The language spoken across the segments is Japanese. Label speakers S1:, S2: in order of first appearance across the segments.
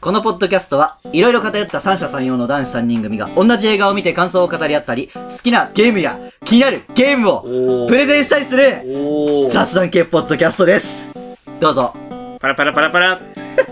S1: このポッドキャストはいろいろ偏った三者三様の男子3人組が同じ映画を見て感想を語り合ったり好きなゲームや気になるゲーム
S2: お
S1: を
S2: ー
S1: プレゼンしたりする
S2: おー
S1: 雑談系ポッドキャストですどうぞ
S2: パラパラパラパラ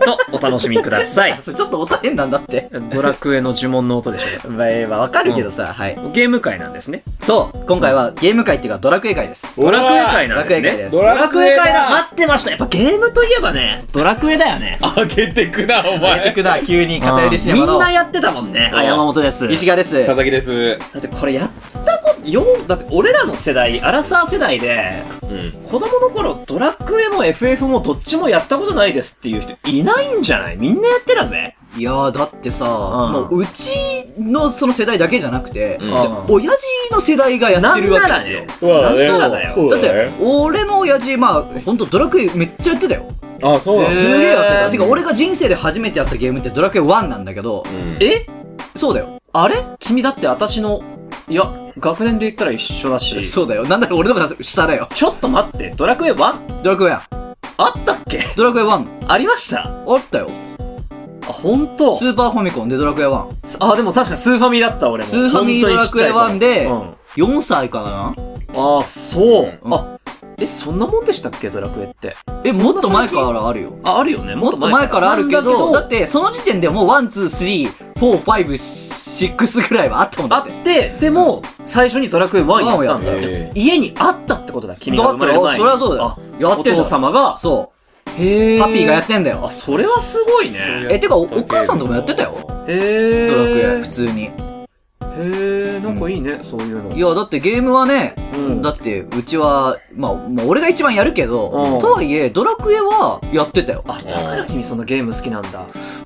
S2: とお楽しみください
S1: あそれ ちょっとおた変なんだって
S2: ドラクエの呪文の音でし
S1: まあえーまあわかるけどさ、はい
S2: ょゲーム界なんですね
S1: そう今回はゲーム界っていうかドラクエ界です
S2: ドラクエ界
S1: ド
S2: な
S1: ラ
S2: ん
S1: クエ
S2: で
S1: 界
S2: すね
S1: です
S3: ドラクエ界だ
S1: 待ってましたやっぱゲームといえばねドラクエだよね
S3: あげてくな、お
S1: 出て
S3: 前。
S1: くな急に偏りシネマ
S2: み
S1: の
S2: んなやってたもんね
S3: うん
S2: あ山本です
S1: 石川です
S3: 佐々木です。
S2: だってこれやったことよだって俺らの世代アラサー世代で
S3: うん。
S2: 子供の頃ドラクエも FF もどっちもやったことないですっていう人いないんじゃないみんなやってたぜ
S1: いやーだってさ、
S2: ん
S1: もううちのその世代だけじゃなくて、
S3: うん
S1: で親父の世代がやってるわけですよ。
S2: なんならね
S3: そう
S2: なんならだよ
S3: そう
S1: だっ
S3: だ
S1: て
S3: ね。
S1: 俺の親父まあほんとドラクエめっちゃやってたよ
S3: あ、そうなん
S1: す
S3: だ。
S1: げえやって
S2: へ
S1: た
S2: ー
S1: てか俺が人生で初めてやったゲームってドラクエ1なんだけど、
S3: うん
S2: え
S1: そうだよ
S2: あれ君だって私のいや学年で言ったら一緒だし
S1: そうだよなんだろ俺の方が下だよ
S2: ちょっと待ってドラクエ 1?
S1: ドラクエ1
S2: あったっけ
S1: ドラクエ1
S2: ありました
S1: あったよ
S2: あ本当
S1: スーパーファミコンでドラクエ1
S2: あでも確かスーファミだった俺も
S1: スーファミドラクエ1で
S2: うん
S1: 4歳か
S2: ああそう、
S1: うん
S2: あえそんなもんでしたっけドラクエって
S1: なえもっと前からあるよ
S2: ああるよね
S1: もっと前からあるけど、だ
S2: なんだ
S1: ってその時点でもう1,2,3,4,5,6ぐらいはあったもんだ
S2: あ
S1: って。
S2: ってでも最初にドラクエ1やったんだ
S1: 1をや
S3: ったへえ
S2: 家にあったってことだ君が
S1: だ
S2: 生
S1: って
S2: まれる前に
S1: それはどうだよやってんだ
S2: お
S1: よ
S2: 父様が
S1: そ
S2: へ
S1: う。パピーがや
S2: っ
S1: ってんだよ
S2: あ。それはすごいね
S1: え、てかおお母さんとかもやってたよ。
S2: へ
S1: ド
S2: え
S1: ラクエ、普通に。
S2: へえなんかいいね、そういうの
S1: いや、だってゲームはね、
S2: うん
S1: だってうちは、まあ、まあ俺が一番やるけ
S2: う
S1: ど、
S2: ん
S1: とはいえ、ドラクエはやってたよ。
S2: あだから君そんなゲーム好きなんだ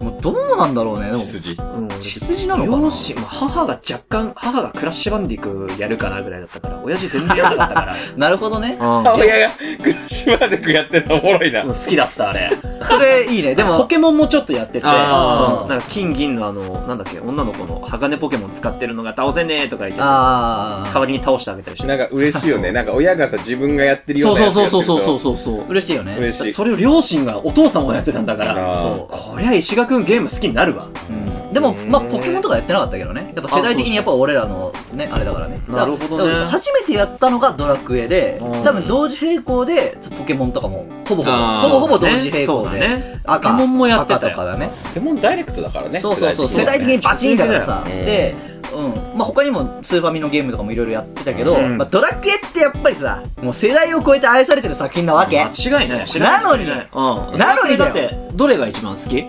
S1: もうどうなんだろうね。でも
S3: 血筋。
S2: うん
S1: 血筋なのかな
S2: 両親母が若干母がクラッシュバンディクやるかなぐらいだったから親父全然やんなかっ たか
S1: なるほどね。
S2: らうん
S3: あ、いやいや、クラッシュバーデックやってるのおもろいな
S2: うん。好きだった あれ
S1: それいいね。で
S2: ポ
S1: も、
S2: ケモンもちょっとやってて、うん
S3: あ
S1: ー
S2: なんか金銀のあの、なんだっけ、女の子の鋼ポケモン使ってるのが倒せねえとか言って、代
S1: あー。
S2: わりに倒してあげたりして
S3: なんか嬉しいよね。なんか親がさ、自分がやってるよ
S2: そうう
S3: な
S2: そ
S3: や
S2: う
S3: つや
S2: そ
S3: っ
S2: う
S3: て
S2: そう
S3: ると
S2: そうそうそう。
S1: 嬉しいよね。
S3: 嬉しい。
S2: それを両親が、お父さんもやってたんだから、
S3: あー
S2: そうこりゃ石賀くんゲーム好きになるわ。
S1: うんでも、まあ、ポケモンとかやってなかったけどね。やっぱ世代的にやっぱ俺らのね、あれだからね。
S2: なるほどね
S1: だから初めてやったのがドラクエで
S2: うん、
S1: 多分同時並行で、ポケモンとかも、ほぼほぼ、
S3: あー
S1: ほぼほぼ同時並
S2: そ
S1: 行
S2: うだ
S1: で。
S2: ね。ポケ
S1: 赤、
S2: モンもやってた
S1: 赤
S2: よ
S1: とか。だね。
S3: ポケモンダイレクトだからね。
S1: そうそうそう、世
S3: 世代的
S1: 代的
S3: に
S1: にバチンだからさ。
S3: うん
S1: で、うん。まあ、他にもスーファミのゲームとかもいろいろやってたけど、
S2: うん
S1: まあ、ドラクエってやっぱりさ、もう世代を超えて愛されてる作品なわけ。
S2: 間違いない。知ら
S1: なの
S2: い
S1: に
S2: ねうん。
S1: なのにだ
S2: だっ
S1: よ
S2: て、どれが一番好き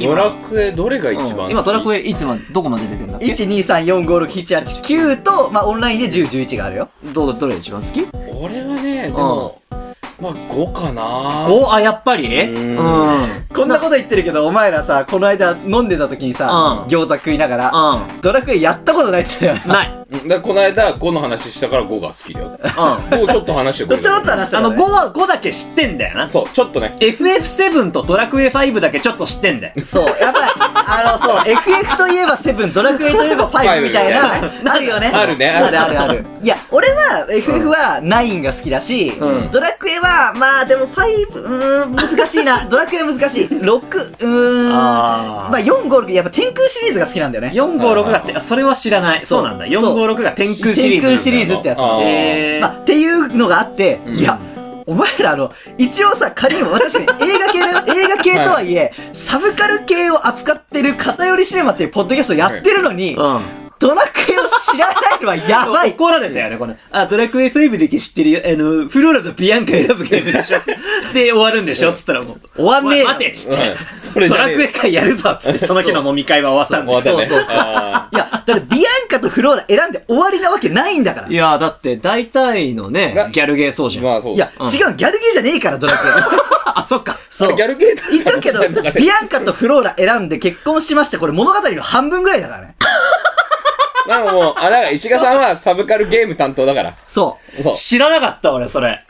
S3: ドラクエ、どれが一番好
S2: うん
S3: き
S2: 今ドラクエいつま、どこまで出てんだっけ
S1: 1,2,3,4,5,6,7,8,9と、まあ、オンラインで10,11があるよ。
S2: どうどれが一番好き
S3: 俺はね、でも、まあ5かな
S2: ?5? あ、やっぱり
S3: うん
S2: うん。
S1: こんなこと言ってるけど、お前らさ、この間飲んでた時にさ、
S2: うん
S1: 餃子食いながら、
S2: う
S1: ドラクエやったことないっつったよ
S2: ん。
S1: な。
S2: ない。
S3: うんだからこの間5の話したから5が好きだよ。
S2: うん。
S3: 5ちょっと話してく
S1: ど
S3: れ
S1: っちもって話した
S2: あ
S1: よ
S2: の、
S1: ね
S2: 5は、5だけ知ってんだよな。
S3: そう、ちょっとね。
S2: FF7 とドラクエ5だけちょっと知ってんだよ。
S1: そう、やばい。あの、 そう、FF といえば7、ドラクエといえば5
S3: 5
S1: みたいな、あるよね。
S3: あるね
S1: あ
S3: あ
S1: る
S3: る
S1: あるあ る。いや、俺は FF は9が好きだし、
S2: うん
S1: ドラクエは、まあでも5、うーん、難しいな。 ドラクエは難しい。6、うーん。
S2: あー
S1: まあ4、5、6、やっぱ天空シリーズが好きなんだよね。
S2: 456がて、あそれは知らない。
S1: そ
S2: そううなんだ。
S1: そう
S2: 456が天空シリーズ。
S1: 天空シリーズってやつ
S3: あー
S2: えー
S1: まあ、っていうのがあって、
S3: うん
S1: いや、お前らあの、一応さ、仮にも私ね、映画系の、映画系とはいえ、サブカル系を扱ってる偏りシネマっていうポッドキャストやってるのに、
S2: うん。
S1: ドラクエを知らないのはやば い。
S2: 怒られたよね、この。あ、ドラクエ5だけ知ってるよ。あの、フローラとビアンカ選ぶゲームで しょ。つってで、終わるんでしょつったらもう。
S1: 終わんねえよ
S2: お前待 てっつって。
S3: うんそれじ
S2: ド
S3: ゃ
S2: ラ
S3: ねえ
S2: クエ会やるぞっつって、 その日の飲み会は終わったんだ
S3: 終わったね。
S1: そうそうそう
S3: あ
S1: いや、だってビアンカとフローラ選んで終わりなわけないんだから。い
S2: いやー、だって、大体のね
S3: が、
S2: ギャルゲーそうじ
S3: ー
S2: ゃん。
S3: まあそう。
S1: や、
S2: うん
S1: 違う、ギャルゲーじゃねえから、ドラクエ。
S2: あ、そっか。
S1: そ
S3: あ
S1: う。
S3: れギャルゲーだ
S1: 言ったけど、
S3: なんかね
S1: ビアンカとフローラ選んで結婚しました。これ物語の半分ぐらいだからね。
S3: まあもう、あら、石川さんはサブカルゲーム担当だから。
S1: そ
S3: そう。
S2: 知らなかった、俺、それ。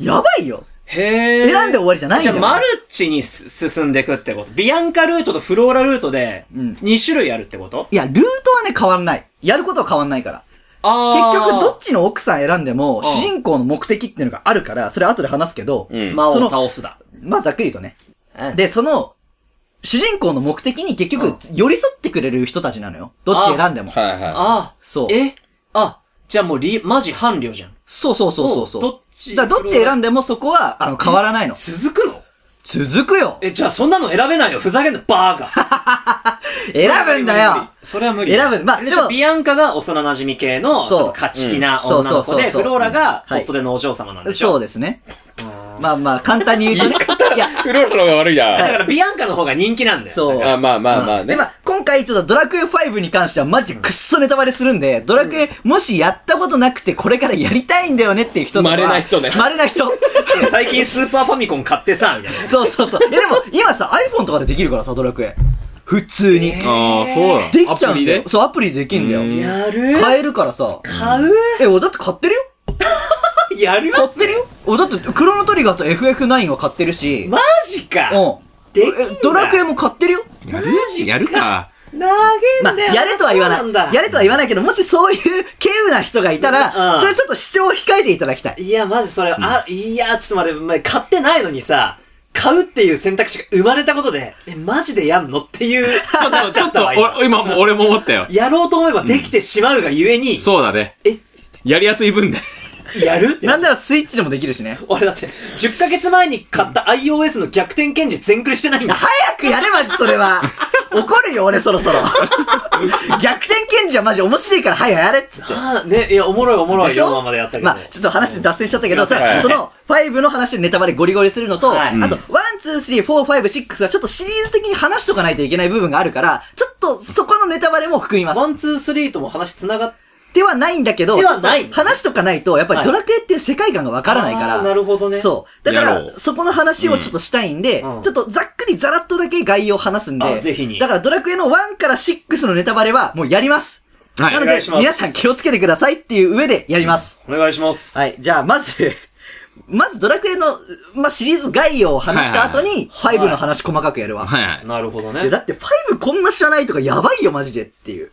S1: う。やばいよ。
S2: へー
S1: 選んで終わりじゃないん
S2: じ
S1: だ
S2: ゃあ、
S1: よ。
S2: マルチにす進んでいくってことビアンカルートとフローラルートで、
S1: うん
S2: 2種類あるってこと
S1: いや、ルートはね、変わんない。やることは変わんないから。結
S2: あ
S1: 局、どっ
S2: っ
S1: ちの奥さん選んでも、
S2: あー
S1: 主人公の目的っていうのがあるから、それ後で話すけど、
S3: うん。
S2: 魔
S1: そ
S2: 王
S1: の
S2: を倒すだ。
S1: まあ、ざっくりとね。で、その、主人公の目的に結局、寄り添ってくれる人たちなのよ。どっち選んでも。
S3: はいは
S2: あ、
S1: そう
S2: えあ、じゃあもうり、マジ伴侶じゃん。
S1: そうそうそうそうそう。
S2: どっち
S1: だからどっち選んでもそこは、あの、変わらないの。
S2: 続くの
S1: 続くよ
S2: え、じゃあそんなの選べないよ。ふざけんな、バーガ
S1: 選ぶんだよ
S2: それは無理。
S1: 選ぶまあ
S2: あれでしょ
S1: でも
S2: ビアンカが幼馴染系の、ち
S1: そう
S2: ょっと勝ち気な
S1: うん
S2: 女の
S1: そ
S2: 子
S1: うそうそう
S2: で、
S1: そう
S2: フローラが、
S1: うんは
S2: ホ
S1: い
S2: ットでのお嬢様なんでしょ
S1: そうですね。まあまあ、簡単に言うとね。いや、
S3: い。フローラの方が悪い
S2: だ
S3: な。
S2: からビアンカの方が人気なんだよ。
S1: そう。
S3: あまあまあまあ
S1: で、
S3: ね
S1: ま。あ、今回ちょっとドラクエ5に関してはマジくっそネタバレするんで、ドラクエもしやったことなくてこれからやりたいんだよねっていう人とかは
S3: 稀な人ね
S1: 稀な人。
S2: 最近スーパーファミコン買ってさ、みたいな。
S1: そうそうそう。え、でも今さ、iPhone とかでできるからさ、ドラクエ。普通に。
S3: ああ、そうな
S1: できち
S3: ア
S1: ゃう
S3: プ
S1: ん
S3: リ
S1: だ
S3: で
S1: よ。そう、アプリでできんだよ。
S2: やる
S1: 買えるからさ。
S2: 買う
S1: え、俺だって買ってるよ
S2: やる
S1: 買ってるよ俺だって、クロノトリガーと FF9 は買ってるし。
S2: マジか
S1: うん。
S2: できんだ
S1: えドラクエも買ってるよ。
S3: やるやるか。
S2: 投げ
S1: まあ、
S2: んだよ。
S1: やれとは言わ
S2: そう
S1: なんい。
S2: だ
S1: やれとは言わないけど、もしそういう稀有な人がいた
S2: う
S1: ら、
S2: ん
S1: それちょっと主張を控えていただきたい。
S2: いや、マジそれ、あ、いや、ちょっと待って、ま買ってないのにさ、買うっていう選択肢が生まれたことで、え、マジでやんのっていう。
S4: ちょっと、ちょっと、お今もう俺も思ったよ。
S2: やろうと思えばできてしまうがゆえに、
S4: そうだね。
S2: え、
S4: やりやすい分で。
S2: やるって
S1: なんならスイッチでもできるしね。
S2: 俺だって、10ヶ月前に買った iOS の逆転検事全クリしてないんだ。
S1: 早くやれ、マジそれ は。怒るよ、俺そろそろ。逆転検事はマジ面白いから、早くやれっつって。
S2: ああ、ね、いや、おもろいおもろ
S1: で
S2: い。
S1: しょ
S2: 4話までやったけど。
S1: まあ、ちょっと話脱線しちゃったけど、
S2: すい
S1: さ
S2: ません
S1: その、5の話でネタバレゴリゴリするのと、
S2: はい
S1: あと、1、2、3、4、5、6はちょっとシリーズ的に話しとかないといけない部分があるから、ちょっとそこのネタバレも含みます
S2: ワ。ン、ツー、スリーとも話繋がっ
S1: ではないんだけど、
S2: ではない
S1: ちょっと話とかないと、やっぱりドラクエっていう世界観がわからないから。
S2: あーなるほどね
S1: そう。だか
S4: やろ
S1: ら、
S4: う
S1: そこの話をちょっとしたいんで、
S2: うんうん
S1: ちょっとざっくりざらっとだけ概要を話すんで。
S2: あぜひに
S1: だからドラクエの1から6のネタバレはもうやります。
S4: はい
S1: なの
S2: お
S1: で
S2: 願いしま、す
S1: 皆さん気をつけてくださいっていう上でやります。
S2: お願いします。
S1: はい。じゃあ、まず、 まずドラクエの、まあ、シリーズ概要を話した後に、
S2: い
S1: 5の話細かくやるわ。
S4: はいはい。
S2: なるほど
S1: で
S2: ね。
S1: だって5こんな知らないとかやばいよ、マジでっていう。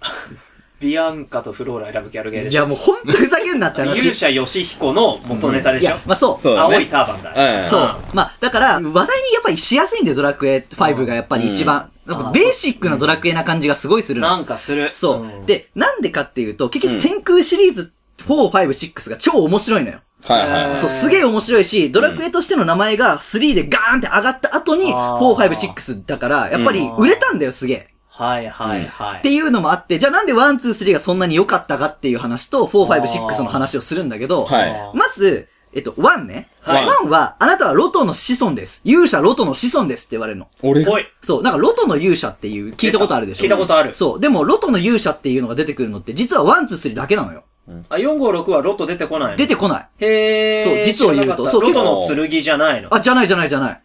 S2: ビアンカとフローラ選ぶギャルゲーで
S1: い
S2: しょ。
S1: や、もうほんとふざけんなって話。
S2: 勇者ヨシヒコの元ネタで
S1: い
S2: しょ
S1: や。、まあそう。
S3: そうだね
S2: 青いターバンだ。。
S3: うん
S1: そううんまあ、だから、話題にやっぱりしやすいんだよ、ドラクエ5がやっぱり一番。なんかベーシックなドラクエな感じがすごいするの。
S2: なんかする。
S1: そう。
S2: ん、
S1: で、なんでかっていうと、結局天空シリーズ4、5、6が超面白いのよ。
S3: はいはいはい。
S1: そう、すげえ面白いし、ドラクエとしての名前が3でガーンって上がった後に、
S2: あー
S1: 4、5、6だから、やっぱり売れたんだよ、すげえ。
S2: はいはいはい。
S1: っていうのもあって、じゃあなんで1、2、3がそんなに良かったかっていう話と、4、5、6の話をするんだけど、
S3: はい
S2: あー
S1: まず、えっと、ワンね。
S2: はい
S1: ワンは、あなたはロトの子孫です。勇者ロトの子孫ですって言われるの。
S3: 俺が
S2: おい。
S1: そう、なんかロトの勇者っていう、聞いたことあるでしょ
S2: 聞いたことある
S1: そう、でもロトの勇者っていうのが出てくるのって、実はワン、ツー、スリーだけなのよ。
S2: あ、456はロト出てこないの
S1: 出てこない。
S2: へー。
S1: そう実を言うと
S2: 知らなかった
S1: そう
S2: ロト
S3: 結
S2: の剣じゃないの。
S1: あ、じゃないじゃないじゃない。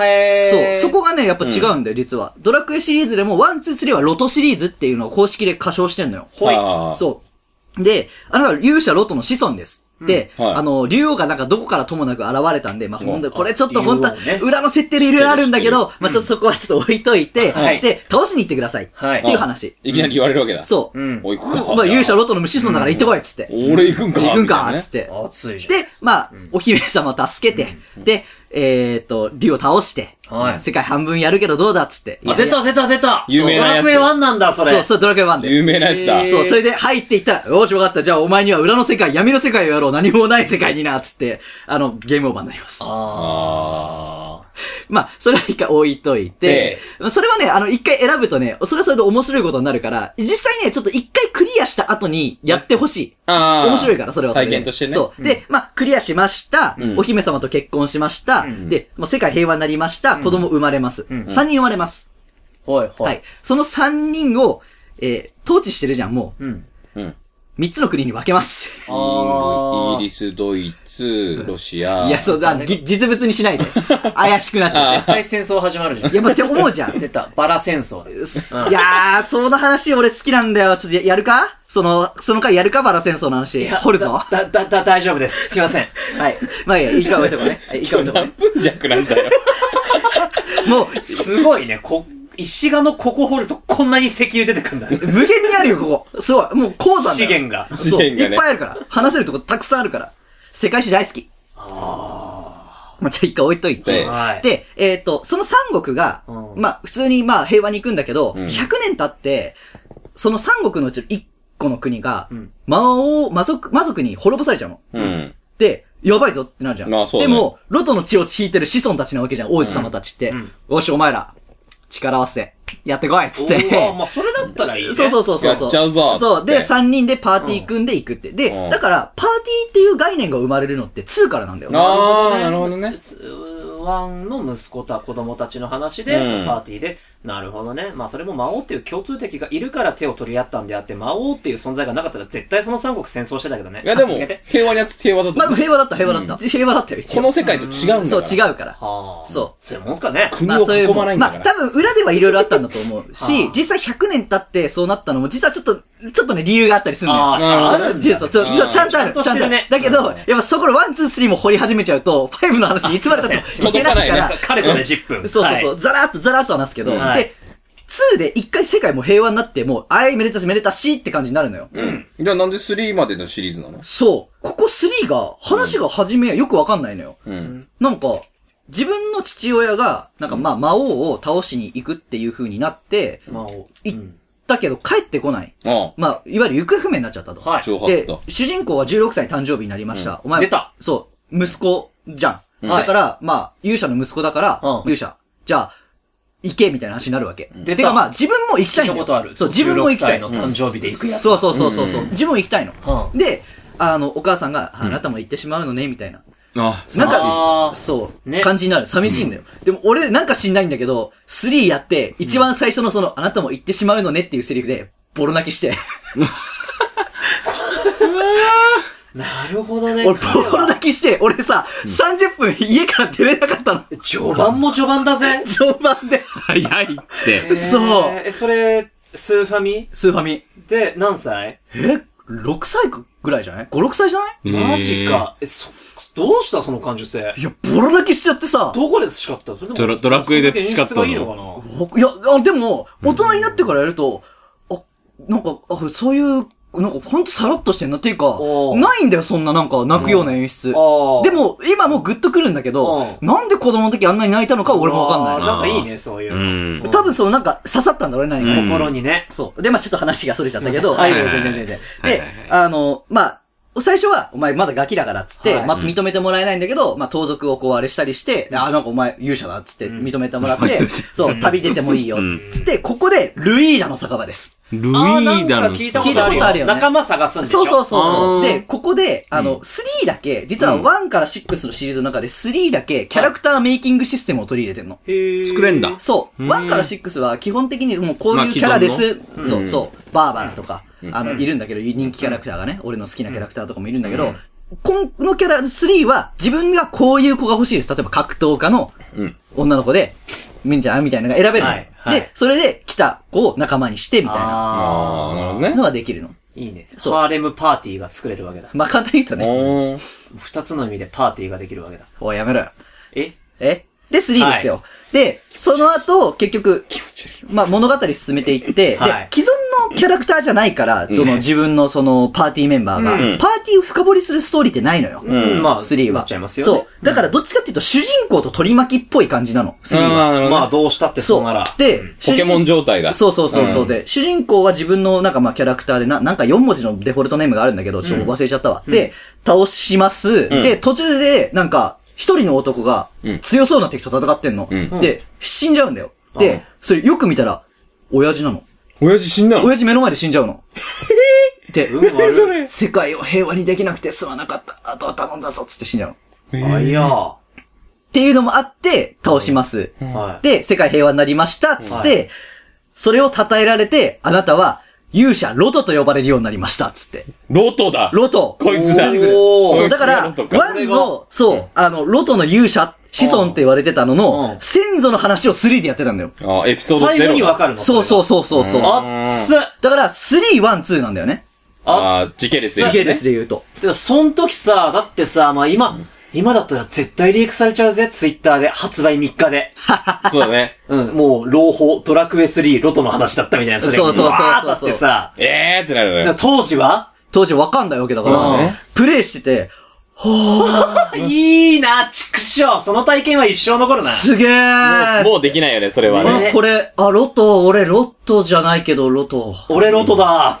S2: へ
S1: そ
S2: ー。
S1: う、そこがね、やっぱ違うんだよ、実は。ドラクエシリーズでも、ワン、ツー、スリーはロトシリーズっていうのを公式で歌唱してんのよ。
S2: ほい。
S3: あー
S1: そう。で、あの、勇者ロトの子孫です。で、
S3: うんはい
S1: あの、竜王がなんかどこからともなく現れたんで、まあ、ほんと、これちょっと
S2: あ
S1: 本当は
S2: 竜王ね
S1: 裏の設定でいろいろあるんだけど、まあ、ちょっとそこはちょっと置いといて、
S2: はい
S1: で、倒しに行ってください。っ
S2: はい
S1: ていう話。
S3: いきなり言われるわけだ。
S1: そう。
S2: うん。
S3: おい、行くか。
S1: まあ、勇者ロトの無子孫だから行ってこいっつって。
S3: 俺行くんか。
S1: 行くんか
S3: みたいな
S1: っ
S3: ね
S1: つって。
S2: 熱いじゃん。
S1: で、まあ、お姫様助けて、で、えーっと、竜を倒して、
S2: はい
S1: 世界半分やるけどどうだっつって。
S2: あ、出た出た出た
S3: 有名なやつ
S2: そうドラクエ1なんだ、
S1: そ
S2: それ。
S1: う、そう、ドラクエ1です。
S3: 有名なやつだ。
S2: へー
S1: そう、それで入っていったら、よーし、わかった。じゃあ、お前には裏の世界、闇の世界をやろう。何もない世界にな、つって、あの、ゲームオーバーになります。
S2: あ
S3: あ
S1: まあ、それは一回置いといて、まあそれはね、あの、一回選ぶとね、それはそれで面白いことになるから、実際ね、ちょっと一回クリアした後にやってほしい。
S3: あ。ああ。
S1: 面白いから、それはそれで
S3: 体験としてね。
S1: そう。で、まあ、クリアしました。
S3: うん
S1: お姫様と結婚しました。で、もう世界平和になりました。子供生まれます。
S2: ん
S1: 3人生まれます。
S2: ー。はい
S1: は
S2: はいい。。
S1: その3人を、えー、統治してるじゃん、もう。
S2: うん。
S3: うん。
S1: 3つの国に分けます。
S2: あー
S3: イギリス、ドイツ、ロシア。
S1: いや、そうだ、ぎ実物にしないで。怪しくなっちゃう。
S2: 絶対戦争始まるじゃん。
S1: やっぱって思うじゃん。
S2: 出た。バラ戦争で。
S1: いやー、その話俺好きなんだよ。ちょっとややるかその、その回やるかバラ戦争の話。掘るぞ。は
S2: だ、だ、だ、大丈夫です。すいま せん。
S1: い。まあいいや、いいか置いとこうね。はいいいか置いとこう
S3: 何
S1: ね。
S3: 分弱なんだよ。
S1: もう、
S2: すごいね、こ、石がのここ掘るとこんなに石油出てくんだね。
S1: 無限にあるよ、ここ。すごい。もう鉱山だよ。
S2: 資源が。
S1: そう、
S3: 資源がね
S1: いっぱいあるから。話せるとこたくさんあるから。世界史大好き。まあ、じゃあ一回置いといて。
S3: え
S2: はい
S1: で、えっ、と、その三国が、
S2: うん
S1: まあ、普通にまあ平和に行くんだけど、
S3: うん
S1: 100年経って、その三国のうちの一個の国が、
S2: うん
S1: 魔王、魔族、魔族に滅ぼされちゃうの。
S3: うん。
S1: で、やばいぞってなるじゃん。
S3: ああそう
S1: で
S3: だね
S1: も、ロトの血を引いてる子孫たちなわけじゃん、王子様たちって。
S2: うん
S1: よし、お前ら、力合わせ、やってこいっつって。
S2: おーまあ、それだったらいいね。
S1: そうそうそうそうそう。
S3: やっちゃうぞ
S1: そう。
S3: つっ
S1: で、
S3: て
S1: 三人でパーティー組んで行くって。で
S3: う、ん
S1: だから、パーティーっていう概念が生まれるのって2からなんだよね。
S3: ああ、なるほどね。。
S2: ワンの息子た子供たちの話で、
S3: うん
S2: パーティーで、なるほどね。まあそれも魔王っていう共通敵がいるから手を取り合ったんであって、魔王っていう存在がなかったら絶対その三国戦争してたけどね。
S3: いやでも
S2: 続けて、
S3: 平和にやつ平和だった。
S1: まあ、でも平和だった、平和だった。平和だったよ、一
S3: こ
S1: 応。
S3: の世界と違うんだ
S1: そう、
S3: う。
S1: 違うから。
S2: はあ。
S1: そう
S2: そういうもんすかね。
S3: 国を囲まないんだ
S1: ま
S3: か
S1: あ、
S3: ら。
S1: 多分裏ではいろいろあったんだと思う
S2: あ
S1: し
S2: あ、
S1: 実際100年経ってそうなったのも、実はちょっと、ちょっとね、理由があったりするんだよ。
S3: あ
S2: あ
S3: あ
S2: るんだ
S1: そうそう、ちょ
S3: うん
S1: ちゃんとある。
S2: ちゃんと
S1: ちゃん
S2: して
S1: とあ
S2: るね
S1: る。だけど、
S2: う
S1: やっぱそこの1、2、3も掘り始めちゃうと、5の話にいつまでたっても いけ
S3: 届
S1: な
S3: かないい
S1: か
S3: ね
S1: ら、
S2: 彼とね、10分。
S1: そうそう
S2: はい
S1: そう、ザラッとザラッと話すけど、
S2: うんはい
S1: で、2で一回世界も平和になって、もう、あい、めでたしめでたしって感じになるのよ。
S3: うん。じゃあなんで3までのシリーズなの
S1: そう、ここ3が、話が始め、よくわかんないのよ。
S3: うん。
S1: なんか、自分の父親が、なんかまあ、魔王を倒しに行くっていう風になって、
S2: 魔王。
S1: い
S2: うん
S1: だけど帰ってこない。
S3: あ
S1: まあ、いわゆる行方不明になっちゃったと。
S2: はい
S3: あ、。挑発
S1: で
S3: だ。、
S1: 主人公は16歳誕生日になりました。お前
S2: 出た
S1: そう、息子じゃん。
S3: うん
S1: だから、まあ、勇者の息子だから、
S2: うん
S1: 勇者、じゃあ、行け、みたいな話になるわけ。
S2: 出た
S1: てかまあ、自分も行きたいんだ
S2: 聞い
S1: よ。
S2: たことある
S1: そう、自分も行きたい
S2: 16歳の誕生日で行くやつ
S1: そうそうそうそうそう、
S3: うん
S1: 自分も行きたいの。
S2: う
S1: で、あの、お母さんが、あなたも行ってしまうのね、みたいな。
S4: あ、
S1: なんか
S2: あー
S1: そう、
S2: ね
S1: 感じになる。寂しいんだよ。でも俺、なんか知んないんだけど、3やって、一番最初のその、あなたも行ってしまうのねっていうセリフで、ボロ泣きして。
S2: なるほどね。
S1: 俺、
S2: 彼は
S1: ボロ泣きして、俺さ、30分家から出れなかったの。
S2: 序盤も序盤だぜ。
S1: 序盤で。
S4: 早いって。
S1: 嘘
S2: えーえ、それ、スーファミ
S1: スーファミ。
S2: で、何歳
S1: え ?6 歳ぐらいじゃない ?5、6歳じゃない
S2: マジか。え、そ、どうしたその感受性。
S1: いや、ボロ泣きしちゃってさ。
S2: どこで培ったそれとも
S4: ドラドラクエで培ったの
S2: それだけ演出がいいのか
S1: いや、あでも、大人になってからやると、あ、なんか、あそういう、なんか、ほんとさらっとしてんなっていうか
S2: お、ー
S1: ないんだよ、そんななんか、泣くような演出。
S2: なああ。
S1: で、も、今もうグッとくるんだけど
S2: う、
S1: なんで子供の時あんなに泣いたのかは俺もわかん
S2: あー
S1: な
S2: なんかいいね、そういう
S4: う
S2: の。
S4: ん
S1: い。多分そのなんか刺さったんだろうね、何か。
S4: うん
S2: 心にね。
S1: そう。で、まあちょっと話が逸れちゃったけど、
S2: すいません
S1: はい、
S4: はい
S1: 全然全然。
S4: はい
S1: で、あの、まあ最初は、お前まだガキだからっつって、
S2: はい
S1: まあ認めてもらえないんだけど、まあ盗賊をこうあれしたりして、あ、なんかお前勇者だっつって
S2: うん
S1: 認めてもらって、
S4: うん
S1: そう、旅出てもいいよ。
S4: うん
S1: つって、ここで、ルイーダの酒場です。
S4: ルイー
S2: あーなん
S4: ダ
S2: か
S4: の
S2: 聞いた
S1: 聞
S2: こ
S1: いたこと
S2: と
S1: あ
S2: あ
S1: る
S2: る
S1: よね
S2: よ。仲間探すんでし
S1: そ
S2: ょ
S1: うそうそうそう。
S4: あー
S1: で、ここで、あ
S3: う
S1: の、
S3: ん
S1: 3だけ、実は
S3: うん
S1: 1から6のシリーズの中で3だけ、キャラクターメイキングシステムを取り入れてんの。
S2: へー
S4: 作れんだ。
S1: そう。
S4: うん
S1: 1から6は基本的にもうこう
S4: まあ
S1: いうキ
S4: 既
S1: ャ
S4: 存
S1: ラで
S4: の
S1: す。
S3: ん
S1: そうう、
S3: ん
S1: そう。バーバラとか、
S3: うん
S1: あの、いるんだけど、人気キャラクターがね、俺の好きなキャラクターとかもいるんだけど、このキャラ3は自分がこういう子が欲しいです。例えば格闘家の
S3: うん。
S1: 女の子で、みんじゃんみたいなのが選べるの、
S2: はいはい
S1: で、それで来た子を仲間にして、みたいな
S3: ああ、なるほどね
S1: の。ができるの。
S2: ーいいね。
S1: そう
S2: ハーレムパーティーが作れるわけだ。
S1: まあ、簡単に言うとね、
S3: おー。
S2: 二つの意味でパーティーができるわけだ。
S1: おいやめろよ。
S2: え
S1: えで、3ですよ。で、その後、結局、まあ、物語進めていって、
S2: はい
S1: で、既存のキャラクターじゃないから、その自分のそのパーティーメンバーが、
S3: うん
S1: パーティーを深掘りするストーリーってないのよ。
S3: ん
S2: まあ、
S1: 3
S2: な
S1: は。
S2: っちゃいますよね。
S1: そう。だからどっちかっていうと主人公と取り巻きっぽい感じなの。3は。
S3: ああ、なるほ
S2: ま
S3: ど
S2: あ、
S3: ね。
S2: どうしたってそうなら。
S1: で、
S3: ポケモン
S1: 主人
S3: 状態だ。
S1: そうそうそうそう
S3: うん
S1: で、主人公は自分のなんかまあキャラクターでな、なんか4文字のデフォルトネームがあるんだけど、ちょっと忘れちゃったわ。で、倒します。で、途中で、なんか、一人の男が
S3: うん
S1: 強そうな敵と戦ってんの。
S3: うん
S1: で、死んじゃうんだよ。
S2: うん
S1: で、それよく見たら、親父なの。
S3: 親父死んだの
S1: 親父目の前で死んじ ゃうの。で、
S2: 運悪い。
S1: 世界を平和にできなくてすまなかった。あとは頼んだぞっつって死んじゃうの。っ
S2: あ、いやー。
S1: ていうのもあって、倒します。
S2: はい。
S1: で、世界平和になりました。つっ
S2: は
S1: て、それを称えられて、あなたは、勇者ロトと呼ばれるようになりました。つって。
S3: ロトだ
S1: ロト。
S3: こいつだ
S1: 出てくる
S2: おー
S1: そう、だか
S3: こ
S1: ら、
S3: いつがロトか
S1: ワンの
S2: こ、
S1: そう、あの、ロトの勇者、子孫って言われてたの
S2: う
S1: の
S2: ん、
S1: 先祖の話を3でやってたんだよ。
S3: ああ、エピソードゼロだ。
S2: 最後にわかるの
S1: そうそう
S2: そ
S1: そうそうそう。
S3: うん
S1: だ
S2: れがあっつ
S1: から、3、1、2なんだよね。
S2: あ
S3: ああ、時系列
S1: 時系
S3: で。
S1: 列で言うと。
S2: でもそん時さ、だってさ、まあ今、今だったら絶対リークされちゃうぜ、ツイッターで。発売3日で。
S3: そうだね。
S2: うん、もう、朗報、ドラクエ3、ロトの話だったみたいな、れ
S1: そうそうそうそう
S2: わーだってさ、
S3: えーってなる
S2: だから
S3: ね。
S2: 当時は
S1: 当時わかんないわけだか
S2: うん
S1: ら、プレイしてて、
S2: いいな、畜生その体験は一生残るな。
S1: すげえ
S3: もうできないよね、それはね。
S1: あ、これ、あ、ロト、俺、ロトじゃないけど、ロト。
S2: 俺ロトだ。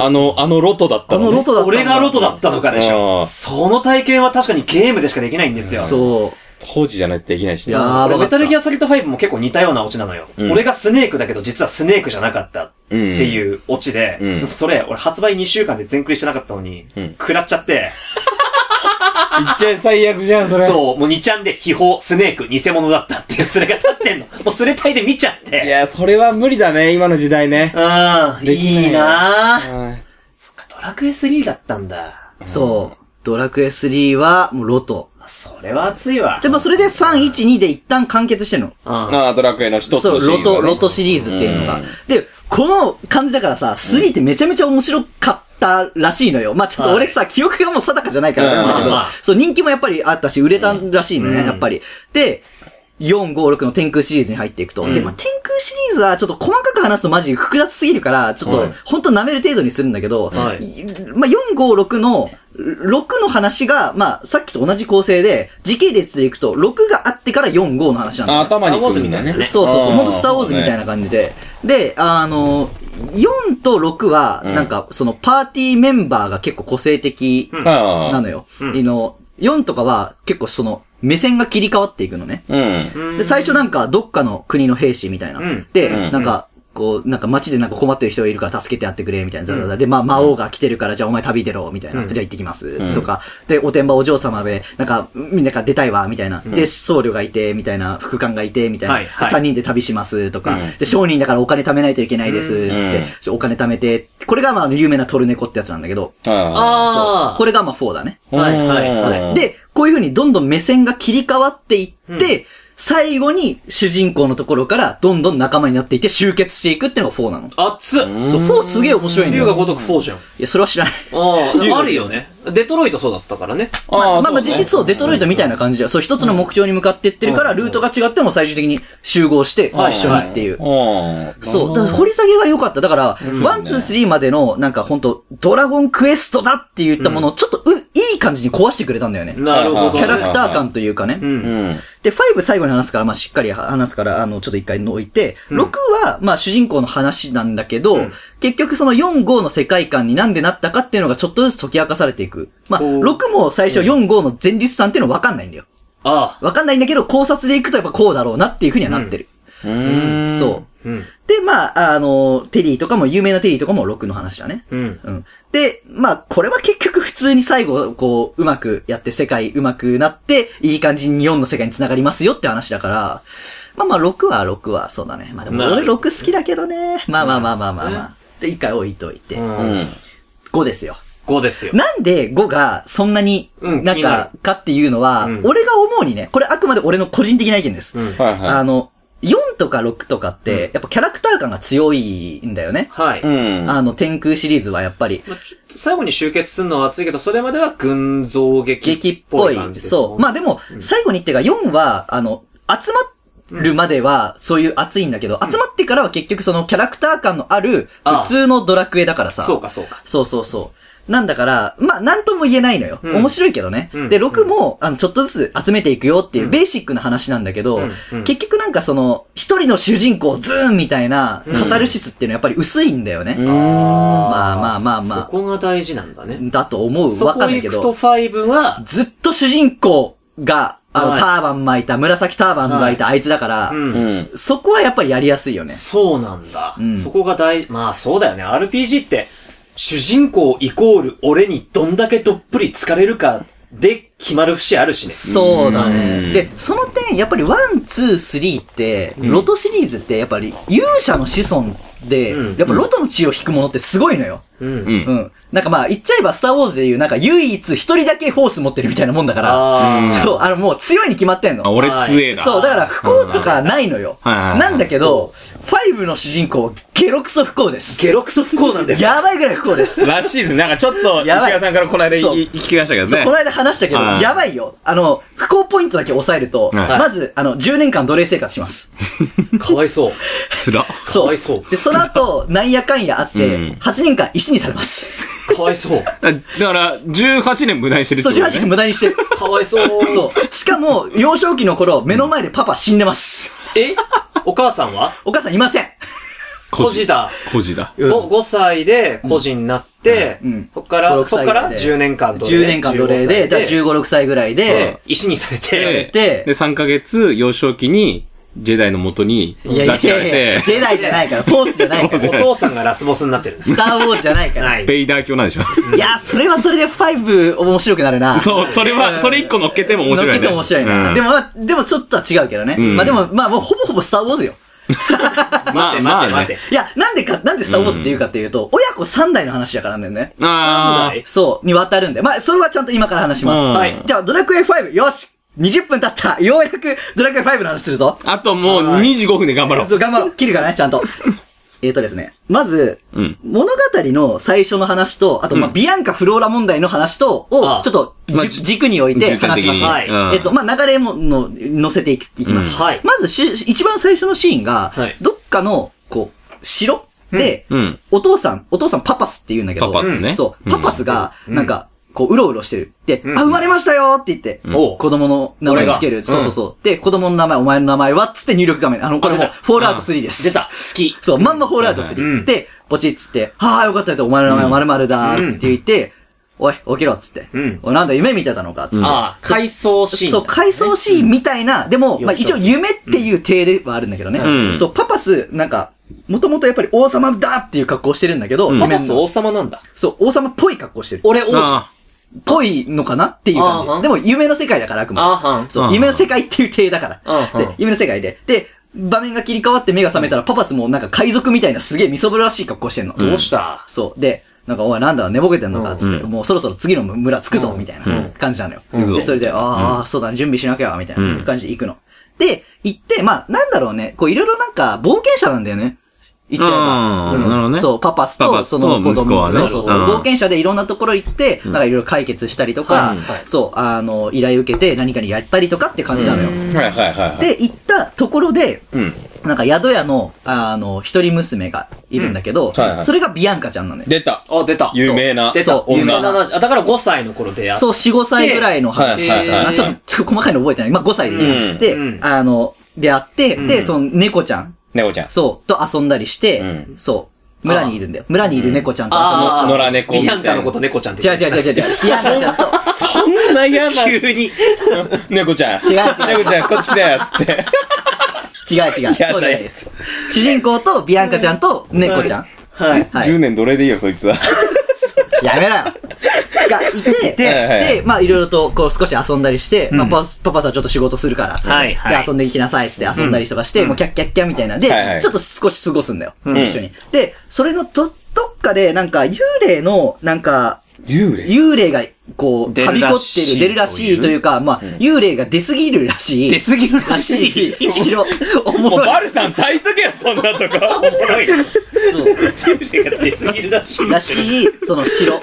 S3: あの、あのロトだった
S1: あ
S3: のね
S1: のロトだったんだ
S2: 俺がロトだったのかでし
S3: う
S2: ょ。
S3: ん
S2: その体験は確かにゲームでしかできないんですよ。
S1: そ
S3: 当時じゃないとできないし
S1: う。
S3: ね。
S1: や
S3: う
S1: ーば
S2: 俺
S1: か
S2: メ
S1: った
S2: タルギアソリッド5も結構似たようなオチなのよ。
S3: うん
S2: 俺がスネークだけど実はスネークじゃなかったっていうオチで、
S3: うん
S2: それ、俺発売2週間で全クリしてなかったのに、
S3: うん
S2: 食らっちゃって、
S3: っちゃい最悪じゃん、それ。
S2: そう、もう2ちゃんで秘宝、スネーク、偽物だったっていうスレが立ってんの。もうスレ体で見ちゃっ
S3: い
S2: て。
S3: や、それは無理だね、今の時代ね。
S2: うん、
S3: できない
S2: いいなぁ。
S3: はい
S2: そっか、ドラクエ3だったんだ。
S1: う。そう。ドラクエ3は、もうロト。
S2: まあそれは熱いわ。
S1: で、まあ、それで312で一旦完結してんの。
S2: うん。
S3: ああ、ドラクエの一つ
S1: そ
S3: の
S1: う、
S3: シリー
S1: ロ
S3: ズだね
S1: ト、ロトシリーズっていうのが
S3: うん。
S1: で、この感じだからさ、3ってめちゃめちゃ面白かったらしいのよ。まあちょっと俺さ、記憶がもう定かじゃないからあれなんだけ
S2: うん
S1: ど
S2: まあまあ、
S1: そう、人気もやっぱりあったし、売れたらしいのね、やっぱり。で、4、5、6の天空シリーズに入っていくと。で、まあ天空シリーズはちょっと細かく話すとマジ複雑すぎるから、ちょっ
S3: は
S1: と
S3: い、
S1: ほんと舐める程度にするんだけど、
S2: はい
S1: いまあ、4、5、6の、6の話が、まあ、さっきと同じ構成で、時系列でいくと、6があってから4、5の話なんだ
S3: あ
S1: よ
S3: 頭にくるんだね。
S1: そうそうそう。
S3: ん
S1: ほんとスターウォーズみたいな感じで。で、あの、4と6は、
S3: うん
S1: なんか、そのパーティーメンバーが結構個性的
S2: うん
S3: ああ。
S1: なのよ。
S2: うん
S1: あの、4とかは結構その、目線が切り替わっていくのね。
S3: うん。
S1: で、最初なんか、どっかの国の兵士みたいな。
S2: うん
S1: で、
S3: うん
S1: なんか、こう、なんか街でなんか困ってる人がいるから助けてやってくれ、みたいな。ザザザで、まあ、魔王が来てるから、じゃあお前旅出ろ、みたいな。
S2: うん
S1: じゃあ行ってきます、
S3: うん
S1: とか。で、おてんばお嬢様で、なんか、みんなが出たいわ、みたいな。で、僧侶がいて、みたいな。副官がいて、みたいな。
S2: はいはい
S1: で三人で旅します、とか。
S3: うん
S1: で、商人だからお金貯めないといけないです、つっ
S3: うん
S1: て。ちょお金貯めて。これが、まあ、あの有名なトルネコってやつなんだけど。
S3: あ
S2: あ
S1: これが、まあ、4だね。
S3: あ。
S2: はいはい
S3: うん
S2: そ
S1: そう。、で、こういう風にどんどん目線が切り替わっていって、最後に主人公のところからどんどん仲間になっていって集結していくっていうのが4なの。
S2: 熱っ
S1: そう、4すげえ面白いんだ
S2: 竜が
S1: よ。
S2: 如く4じゃん。
S1: いや、それは知らない。
S2: あ
S3: 竜
S2: あ、
S3: が
S2: あるよね。デトロイトそうだったからね。
S1: ま あ、まあ、まあ、
S3: そうね
S1: 実質そう、デトロイトみたいな感じで、そう、一つの目標に向かっていってるから、ルートが違っても最終的に集合して、
S2: はい
S1: 一緒にっていう。
S3: うん。
S1: そう。だから掘り下げが良かった。だから、ワン、ツー、スリーまでの、なんかほんと、ドラゴンクエストだって言ったものを、ちょっと、う、いい感じに壊してくれたんだよね。
S2: なるほ
S1: キ
S2: ど。
S1: ャラクター感というかね。
S2: うん。
S3: うん。
S1: で、5最後に話すから、まあ、しっかり話すから、あの、ちょっと一回置いて、
S2: ん
S1: 6は、まあ、主人公の話なんだけど、
S2: うん
S1: 結局その4、5の世界観になんでなったかっていうのがちょっとずつ解き明かされていく。まあ、
S2: おー
S1: 6も最初4、5の前日さんっていうの分かんないんだよ。
S2: あ
S1: 分かんないんだけど、考察でいくとやっぱこうだろうなっていうふうにはなってる。
S3: うん。
S1: そう。
S2: あ。うん。
S1: で、まあ、あの、テリーとかも、有名なテリーとかも6の話だね。
S2: うん。
S1: うん。で、まあ、これは結局普通に最後、こう、うまくやって世界うまくなって、いい感じに4の世界に繋がりますよって話だから、まあまあ、6は6は、そうだね。まあでも
S2: な
S1: 俺
S2: る
S1: 6好きだけどね。まあまあまあまあまあま
S2: ね
S1: あ。で、一回置いといて。
S3: うん。
S1: 5ですよ。
S2: 5ですよ。
S1: なんで5がそんなに、
S2: うん
S1: な
S2: 気
S1: ん
S2: にな
S1: か、かっていうのは、
S2: うん
S1: 俺が思うにね、これあくまで俺の個人的な意見です。
S2: うん。
S3: はい
S1: あ
S3: は
S1: の、4とか6とかって、やっぱキャラクター感が強いんだよね。
S2: はい。
S3: い。うん。
S1: あの、天空シリーズはやっぱり。
S2: まあちょっと最後に集結するのは熱いけど、それまでは群像劇
S1: 劇
S2: っ
S1: っぽ
S2: ぽい
S1: い
S2: 感じですもんね。
S1: そう。まあでも、最後にっていうか、4は、あの、集まるまでは、そういう熱いんだけど、集まってからは結局そのキャラクター感のある、
S2: ああ
S1: 普通のドラクエだからさ。
S2: そうか、そうか。
S1: そうそうそう。なんだから、まあ、なんとも言えないのよ。
S2: うん
S1: 面白いけどね。
S2: うん
S1: で、6も、あの、ちょっとずつ集めていくよっていう、
S2: ん
S1: ベーシックな話なんだけど、
S2: うんうん
S1: 結局なんかその、一人の主人公ズーンみたいな、カタルシスっていうのはやっぱり薄いんだよね。
S3: うん。
S1: まあまあまあま
S2: そこが大事なんだ
S1: あ、
S2: ね。
S1: だと思う。
S2: そ
S1: わ
S2: こ
S1: かんない
S2: 行
S1: け
S2: く
S1: ど。
S2: と5は、
S1: ずっと主人公が、あの、
S2: はい
S1: ターバン巻いた、紫ターバン巻いたあいつだから、
S2: うん
S3: うん。
S1: そこはやっぱりやりやすいよね。
S2: そうなんだ。
S1: うん
S2: そこが大、まあそうだよね。RPG って、主人公イコール俺にどんだけどっぷり疲れるかで決まる節あるしね。
S1: そうだ
S3: う
S1: ね。
S3: ん
S1: で、その点、やっぱりワン、ツー、スリーって、ロトシリーズってやっぱり勇者の子孫で、
S2: うん
S1: やっぱロトの血を引くものってすごいのよ。
S2: うん。
S3: うん。
S1: うん。なんかまあ、言っちゃえばスターウォーズでいう、なんか唯一一人だけフォース持ってるみたいなもんだから、
S2: あ
S3: うん
S2: あ。
S1: そう、あのもう強いに決まってんの
S4: あ、。俺強えだ。
S1: そう、だから不幸とかないのよ。
S4: うんはいはいはい
S1: なんだけど、ファイブの主人公、ゲロクソ不幸です。
S2: ゲロクソ不幸なんです。
S1: やばいぐらい不幸です。
S4: らしい ですね。なんかちょっと、石
S1: やばい
S4: 川さんからこの間い
S1: そう
S4: 聞きましたけど
S1: そうこの
S4: ね。
S1: 間話したけど、
S4: はい
S1: やばいよ。あの、不幸ポイントだけ抑えると、
S4: はい
S1: まず、あの、10年間奴隷生活します。
S2: かわいそう。
S4: つら。
S1: そ
S2: かわ
S1: う。
S2: いそう
S1: で、その後、なんやかんやあって、
S4: うん
S1: 8年間石にされます。
S2: かわいそう。
S4: だから、18年無駄にしてるっ
S1: そ
S4: て
S1: う、
S4: ことだ
S1: 18分
S4: ね。
S1: 無駄にしてる。
S2: かわいそう。
S1: そう。しかも、幼少期の頃、目の前でパパ死んでます。
S2: えお母さんは
S1: お母さんいません。
S2: 孤児だ。
S4: 孤児だ。
S1: うん
S2: 5, 歳で孤児になって、
S1: うん
S2: そっから、
S1: 5
S2: そっ
S1: 歳
S2: から
S1: で
S2: 10年間奴隷
S1: 10年間奴隷で、
S2: 15歳
S1: じゃあ15、6歳ぐらいで
S2: で、石にされ
S4: で
S2: て、、
S1: で
S4: で、3ヶ月、幼少期に、ジェダイの元に、
S1: いやいや
S4: 拉
S1: い
S4: 致られ
S1: やいや、
S4: て、
S1: ジェダイじゃないから、フォースじゃないか
S2: お
S1: ら、
S2: 父さんがラスボスになってるんです
S1: ス。ターウォーズじゃないから。、
S2: はいい。
S4: ベイダー教なんでしょ。
S1: や、それはそれで5面白くなるな。
S4: そう、それは、それ一個乗っけても面白いね。
S1: 乗っけて面白いな。
S4: うん
S1: でも、まあでもちょっとは違うけどね。
S4: ん
S1: まあでも、まあもうほぼほぼスターウォーズよ。
S4: ま
S2: 待っ
S4: あ、ま
S2: て
S4: あ
S2: 待っ
S4: ね。
S2: て。
S1: いや、なんでか、なんでスターウォーズって言うかっていうと、親子3代の話だからなんだよね。
S2: 三
S4: あ
S2: 代
S1: そう、に渡るんで。まあ、それはちゃんと今から話します。
S4: うん
S2: はい
S1: じゃあ、ドラクエ5、よし !20 分経ったようやくドラクエ5の話するぞ
S4: あ、あともう25分で頑張ろ。
S1: そうう、頑張ろう切るからね、ちゃんと。 えーとですね。まず、
S4: うん
S1: 物語の最初の話と、あと、まあ、ビアンカフローラ問題の話と、
S2: あ
S1: を、
S2: あ
S1: ちょっと、じ
S4: まあ
S1: 軸に置いて
S4: 重点
S1: 話
S4: 的
S1: します
S4: に。。
S2: はい
S4: うん
S1: えっと、まあ、流れも、の、乗せていきいきます。
S4: うん
S2: はい
S1: まずし、一番最初のシーンが、
S2: はい
S1: どっかの、こう、城で、
S4: うん。
S1: お父さん、お父さんパパスって言うんだけど、
S4: パパスね
S1: うんそう、
S4: うん
S1: パパスが、
S2: うん
S1: なんか、こう、うろうろしてる。で、
S2: うん
S1: あ、生まれましたよって言って、
S4: ん
S2: おう
S1: 子供の名前つける。
S2: 俺が
S1: そうそうそう。で、子供の名前、お前の名前はっつって入力画面。あの、これも、
S2: あ出た
S1: フォールアウト3です。
S2: 出た。好き。
S1: そう、まんまフォールアウト
S4: はい
S1: す
S4: は
S1: る。
S2: うん
S1: で、ポチッつって、はあ、よかったよ、お前の名前は〇〇だーって言って、おい、起きろっつって。
S2: うん
S1: おいなんだ、夢見てたのかっつって。
S2: ああ、回想シーン。
S1: そう、回想シーンみたいな、でも、まあ
S2: よいし
S1: 一
S2: ょ
S1: 応夢っていう体ではあるんだけどね。
S4: うん
S1: そう、パパス、なんか、もともとやっぱり王様だっていう格好してるんだけど、
S4: ん
S2: パ
S1: 夢
S2: パ
S1: の
S2: ス王様なんだ。
S1: そう、王様っぽい格好してる。
S2: 俺王子。
S4: あ
S1: ぽいのかなっていう感
S2: あーは
S1: じ。
S2: ん
S1: でも、夢の世界だから、あく
S2: あー
S1: ま
S2: はん
S1: で。。そうう、
S4: ん
S1: 夢の世界っていう体だか
S2: うん
S1: ら。
S2: うん
S1: で夢の世界で。で、場面が切り替わって目が覚めたら、パパスもなんか海賊みたいなすげえみそぶらしい格好してんの。
S2: どうした
S1: そう。で、なんか、おい、なんだ、寝ぼけてんのか、つって、
S4: う
S1: もうそろそろ次の村着くぞ、みたいな感じなのよ。
S4: ん
S1: で、それで、ああ、そうだね、準備しなきゃ、みたい
S4: うん
S1: な感じで行くの。で、行って、まあ、なんだろうね、こう、いろいろなんか、冒険者なんだよね。行っちゃえば。
S4: うんなるほどね
S1: そう、パパス
S4: パパ
S1: と、
S4: ス
S1: そ
S4: と
S1: の子
S4: 息子
S1: 供
S4: はね
S1: そうそうそうう。
S4: ん
S1: 冒険者でいろんなところ行って、なんかいろいろ解決したりとか
S4: うん、
S1: そう、あの、依頼受けて何かにやったりとかって感じなのよ。
S4: はいはいはいはい。
S1: で、行ったところで、
S4: うん。
S1: なんか宿屋の、あの、一人娘がいるんだけど、
S4: うんはいはい
S1: それがビアンカちゃんなのよ。
S4: 出た。
S2: あ、出た。
S4: 有名な
S2: 出た。
S1: そう
S2: 有名
S1: 女
S2: な話。あ、だから5歳の頃出会っ
S1: そう、4、5歳ぐらいの話。
S4: はいはいはい
S1: あちょっと、ちょっと細かいの覚えてない。まあ、5歳でいいや、
S4: うん
S1: で、
S2: うん
S1: あの、出会って、
S2: ん
S1: で、その猫ちゃん、
S4: 猫ちゃん。
S1: そう、と遊んだりして、
S4: うん
S1: そう、村にいるんだよ。村にいる猫ちゃんと遊んだ
S2: ああ、
S4: 野良猫み
S2: ビ
S4: た
S2: ア
S4: い
S2: ン
S4: な
S2: カのこと猫ちゃんって
S1: り。違
S2: 言
S1: う
S2: って
S1: 違
S2: る
S1: う違う違う。 ビアンカちゃんと、
S4: そんな嫌な。
S2: 急に。
S4: 猫ちゃん。
S1: 違う違う
S4: 猫ちゃん、こっち来たよ、つって。
S1: 違う違う。そ
S4: 嫌
S1: うじゃ
S4: な
S1: ないで
S4: や
S1: す。
S4: つ。
S1: 主人公とビアンカちゃんと猫ちゃん。
S2: はい。
S1: はい。
S4: 10年奴隷でいいよ、そいつは。
S1: やめろよが いて、
S4: はいはい
S1: で、まあいろいろとこう少し遊んだりして、まあパパパさんちょっと仕事するからっつって、
S2: はいはい
S1: で遊んできなさいっつって遊んだりとかして、もうキャッキャッキャみたいな。で、
S4: はいはい
S1: ちょっと少し過ごすんだよ、
S4: ん
S1: 一緒に。で、それのど、どっかでなんか幽霊の、なんか、
S4: 幽霊
S1: 幽霊がこう、
S2: 出
S1: は
S2: る
S1: び
S2: ら
S1: こっ
S2: しい
S1: てる、出るらしいというか、まあ、幽霊が出すぎるらしい。
S2: 出すぎるら
S1: ら
S2: しい。
S1: し い。白、おも
S4: もう
S1: ろい。
S4: バルさん抱いとけよ、そんなとこ。
S2: おもろい。
S1: そう
S2: 幽霊が出すぎるらしい。
S1: らしい、その白。